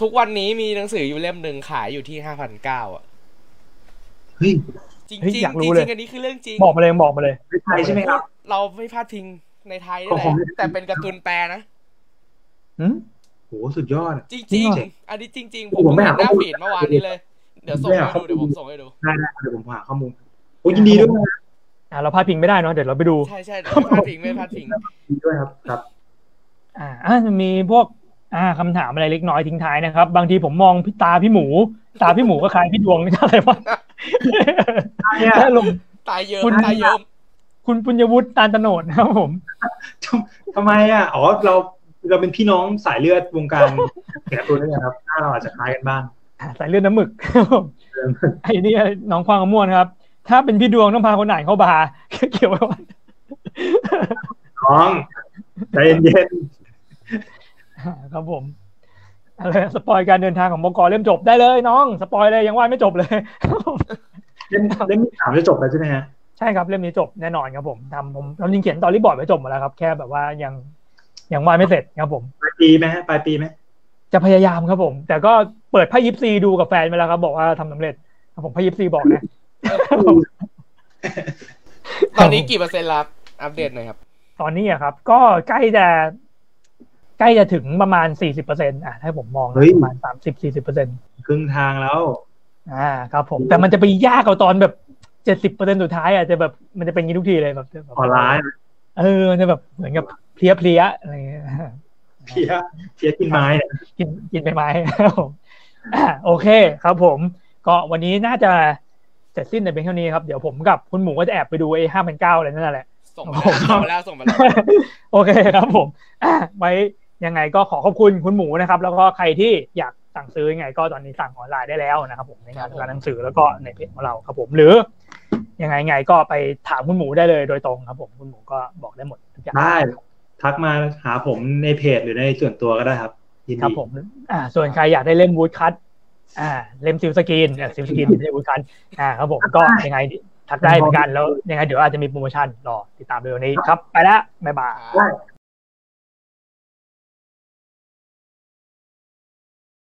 Speaker 2: ทุกวันนี้มีหนังสืออยู่เล่มหนึ่งขายอยู่ที่ห้าพันเก้าอ่ะ
Speaker 3: เฮ้ย
Speaker 2: จริง
Speaker 1: เฮ้ย
Speaker 2: จริง
Speaker 1: อยากรู้
Speaker 2: จริ
Speaker 1: เลย
Speaker 2: งๆอันนี้คือเรื่องจริง
Speaker 1: บอกมาเลยบอกมาเลย
Speaker 3: ไม่ใช่ใช่ไหมครับ
Speaker 2: เราไม่พลาดพิงในไทยนี่แห
Speaker 3: ของผม
Speaker 2: ละแต่เป็นการ์ตูนแปลนะ
Speaker 1: หืม
Speaker 3: โหสุดยอด
Speaker 2: จริง
Speaker 1: จ
Speaker 2: จ
Speaker 1: ริ
Speaker 2: ริ
Speaker 1: ง
Speaker 2: ง
Speaker 1: เหรอ
Speaker 2: อันนี้จริงจริงๆ
Speaker 3: โอ้โห
Speaker 2: ผม
Speaker 3: ไม่
Speaker 2: เห็น
Speaker 3: หา
Speaker 2: หน้า
Speaker 3: ข้อมูล
Speaker 2: ฟีดเมื่อวานนี้เลย เดี๋ยวส่ง
Speaker 3: ไม่
Speaker 2: ให้
Speaker 3: หาข้
Speaker 2: ดู
Speaker 3: อมูล
Speaker 2: เดี๋ยวผมส่งให้ดู
Speaker 3: ได้ได้เดี๋ยวผมหาข้อมูลโอ้ยินดีด้วยนะ
Speaker 1: อ่าเราพลาดพิงไม่ได้เนาะเดี๋ยวเราไปดู
Speaker 2: ใช่ใช่เดี๋ยวไม่พลาดพิงไม่พลาดพิง
Speaker 3: ยินดีด้วยครับครับ
Speaker 1: อ่าอ่ะมีพวกอ่าคำถามอะไรเล็กน้อยทิ้งท้ายนะครับ บางทีผมมองพี่ตาพี่หมู ตาพี่หมูก็คล้ายพี่ดวง อะไรวะ
Speaker 3: เนี่ย
Speaker 1: ถ้าลง
Speaker 2: ตายเยิ้ม
Speaker 1: คุณ
Speaker 2: ตายเยิ้ม
Speaker 1: คุณปุญญวุฒิตาลตโนดนะครับผม
Speaker 3: ทำไมอ่ะ อ๋อ เรา เราเป็นพี่น้องสายเลือดวงการแกะตัวนี่นะครับ หน้าเราอาจจะคล้ายกันบ้าง
Speaker 1: อ่าสายเลือดน้ำหมึกครับผมไอ้นี่น้องควางกระม่วนครับ ถ้าเป็นพี่ดวงต้องพาคนไหนเข้าบาร์เกี่ยวกับว่า
Speaker 3: น้องใจเย็น
Speaker 1: อ่าครับผมเอาเลยสปอยการเดินทางของบกเริ่มจบได้เลยน้อง สปอยเลยยังว่าไม่จบเลย
Speaker 3: ๆเล่นเล่นที่สามจะจบแล้วใช่ไหมฮะ
Speaker 1: ใช่ครับเล่มนี้จบแน่นอนครับผมทำผมทำจริงเขียนตอนรีบอร์ดไว้จบหมดแล้วครับ แค่แบบว่ายังยังวาดไม่เสร็จครับผม
Speaker 3: ปลายปีไหมฮะ ปลายปีไหม
Speaker 1: จะพยายามครับผม แต่ก็เปิดไพ่ยิปซีดูกับแฟนไปแล้วครับ บอกว่าทำสำเร็จครับผมไพ่ยิปซีบอกนะ
Speaker 2: ตอนนี้กี่เปอร์เซ็นต์ละครับอัปเดตหน่อยครับ
Speaker 1: ตอนนี้อะครับ ก็ใกล้จะ ใกล้จะถึงประมาณสี่สิบเปอร์เซ็นอ่ะถ้าผมมองนะ
Speaker 3: เฮ้ย
Speaker 1: ประมาณสามสิบสี่สิบเปอร์เซ็น
Speaker 3: ครึ่งทางแล้ว
Speaker 1: อ่าครับผม แต่มันจะไปยากเอาตอนแบบเจ็ดสิบเปอร์เซ็นสุดท้ายอ่ะจะแบบมันจะเป็นอย่างงี้ทุกทีเลยแบบ
Speaker 3: ออนไลน์
Speaker 1: เออมันจะแบบเหมือนกับเพลียเพลียๆอะไรอย่างเงี้ย
Speaker 3: เพียเพียกินไม้เนี่ย
Speaker 1: กินกินใบไม้ ครับผมอ่ะโอเคครับผม ก็วันนี้น่าจะเสร็จสิ้นแต่เพียงเท่านี้ครับ เดี๋ยวผมกับคุณหมูก็จะแอบไปดูไอ้ห้าพันเก้าอะไรนั่นแหละ
Speaker 2: ส่งไปแล้วส่งไปแล้วส่งไปแล้ว
Speaker 1: โอเคครับผม อ่ะไว้ยังไงก็ขอขอบคุณคุณหมูนะครับ แล้วก็ใครที่อยากสั่งซื้อยังไง ก็ตอนนี้สั่งออนไลน์ได้แล้วนะครับผมในงาน
Speaker 2: ครั
Speaker 1: การ
Speaker 2: บผม
Speaker 1: หนังสือแล้วก็ในเพจของเราครับผมหรือ ยังไงไงก็ไปถามคุณหมูได้เลยโดยตรงครับผมคุณหมูก็บอกได้หมดทุกอย่าง
Speaker 3: ได้ ทักมาหาผมในเพจหรือในส่วนตัวก็ได้ครับ ยิน
Speaker 1: ครับ
Speaker 3: ดี
Speaker 1: ผมอ่า ส่วนใครอยากได้เล่มวูดคัตอ่า เล่มซิลสกรีนเอ่อซิลสกรีนไม่ใช่วูดคัตอ่า ครับผมก็ยังไงทักได้เหมือนกันแล้วยังไงเดี๋ยวอาจจะมีโปรโมชั่นรอติดตามเร็วนี้ครับ ไปละบ๊ายบาย
Speaker 3: ได้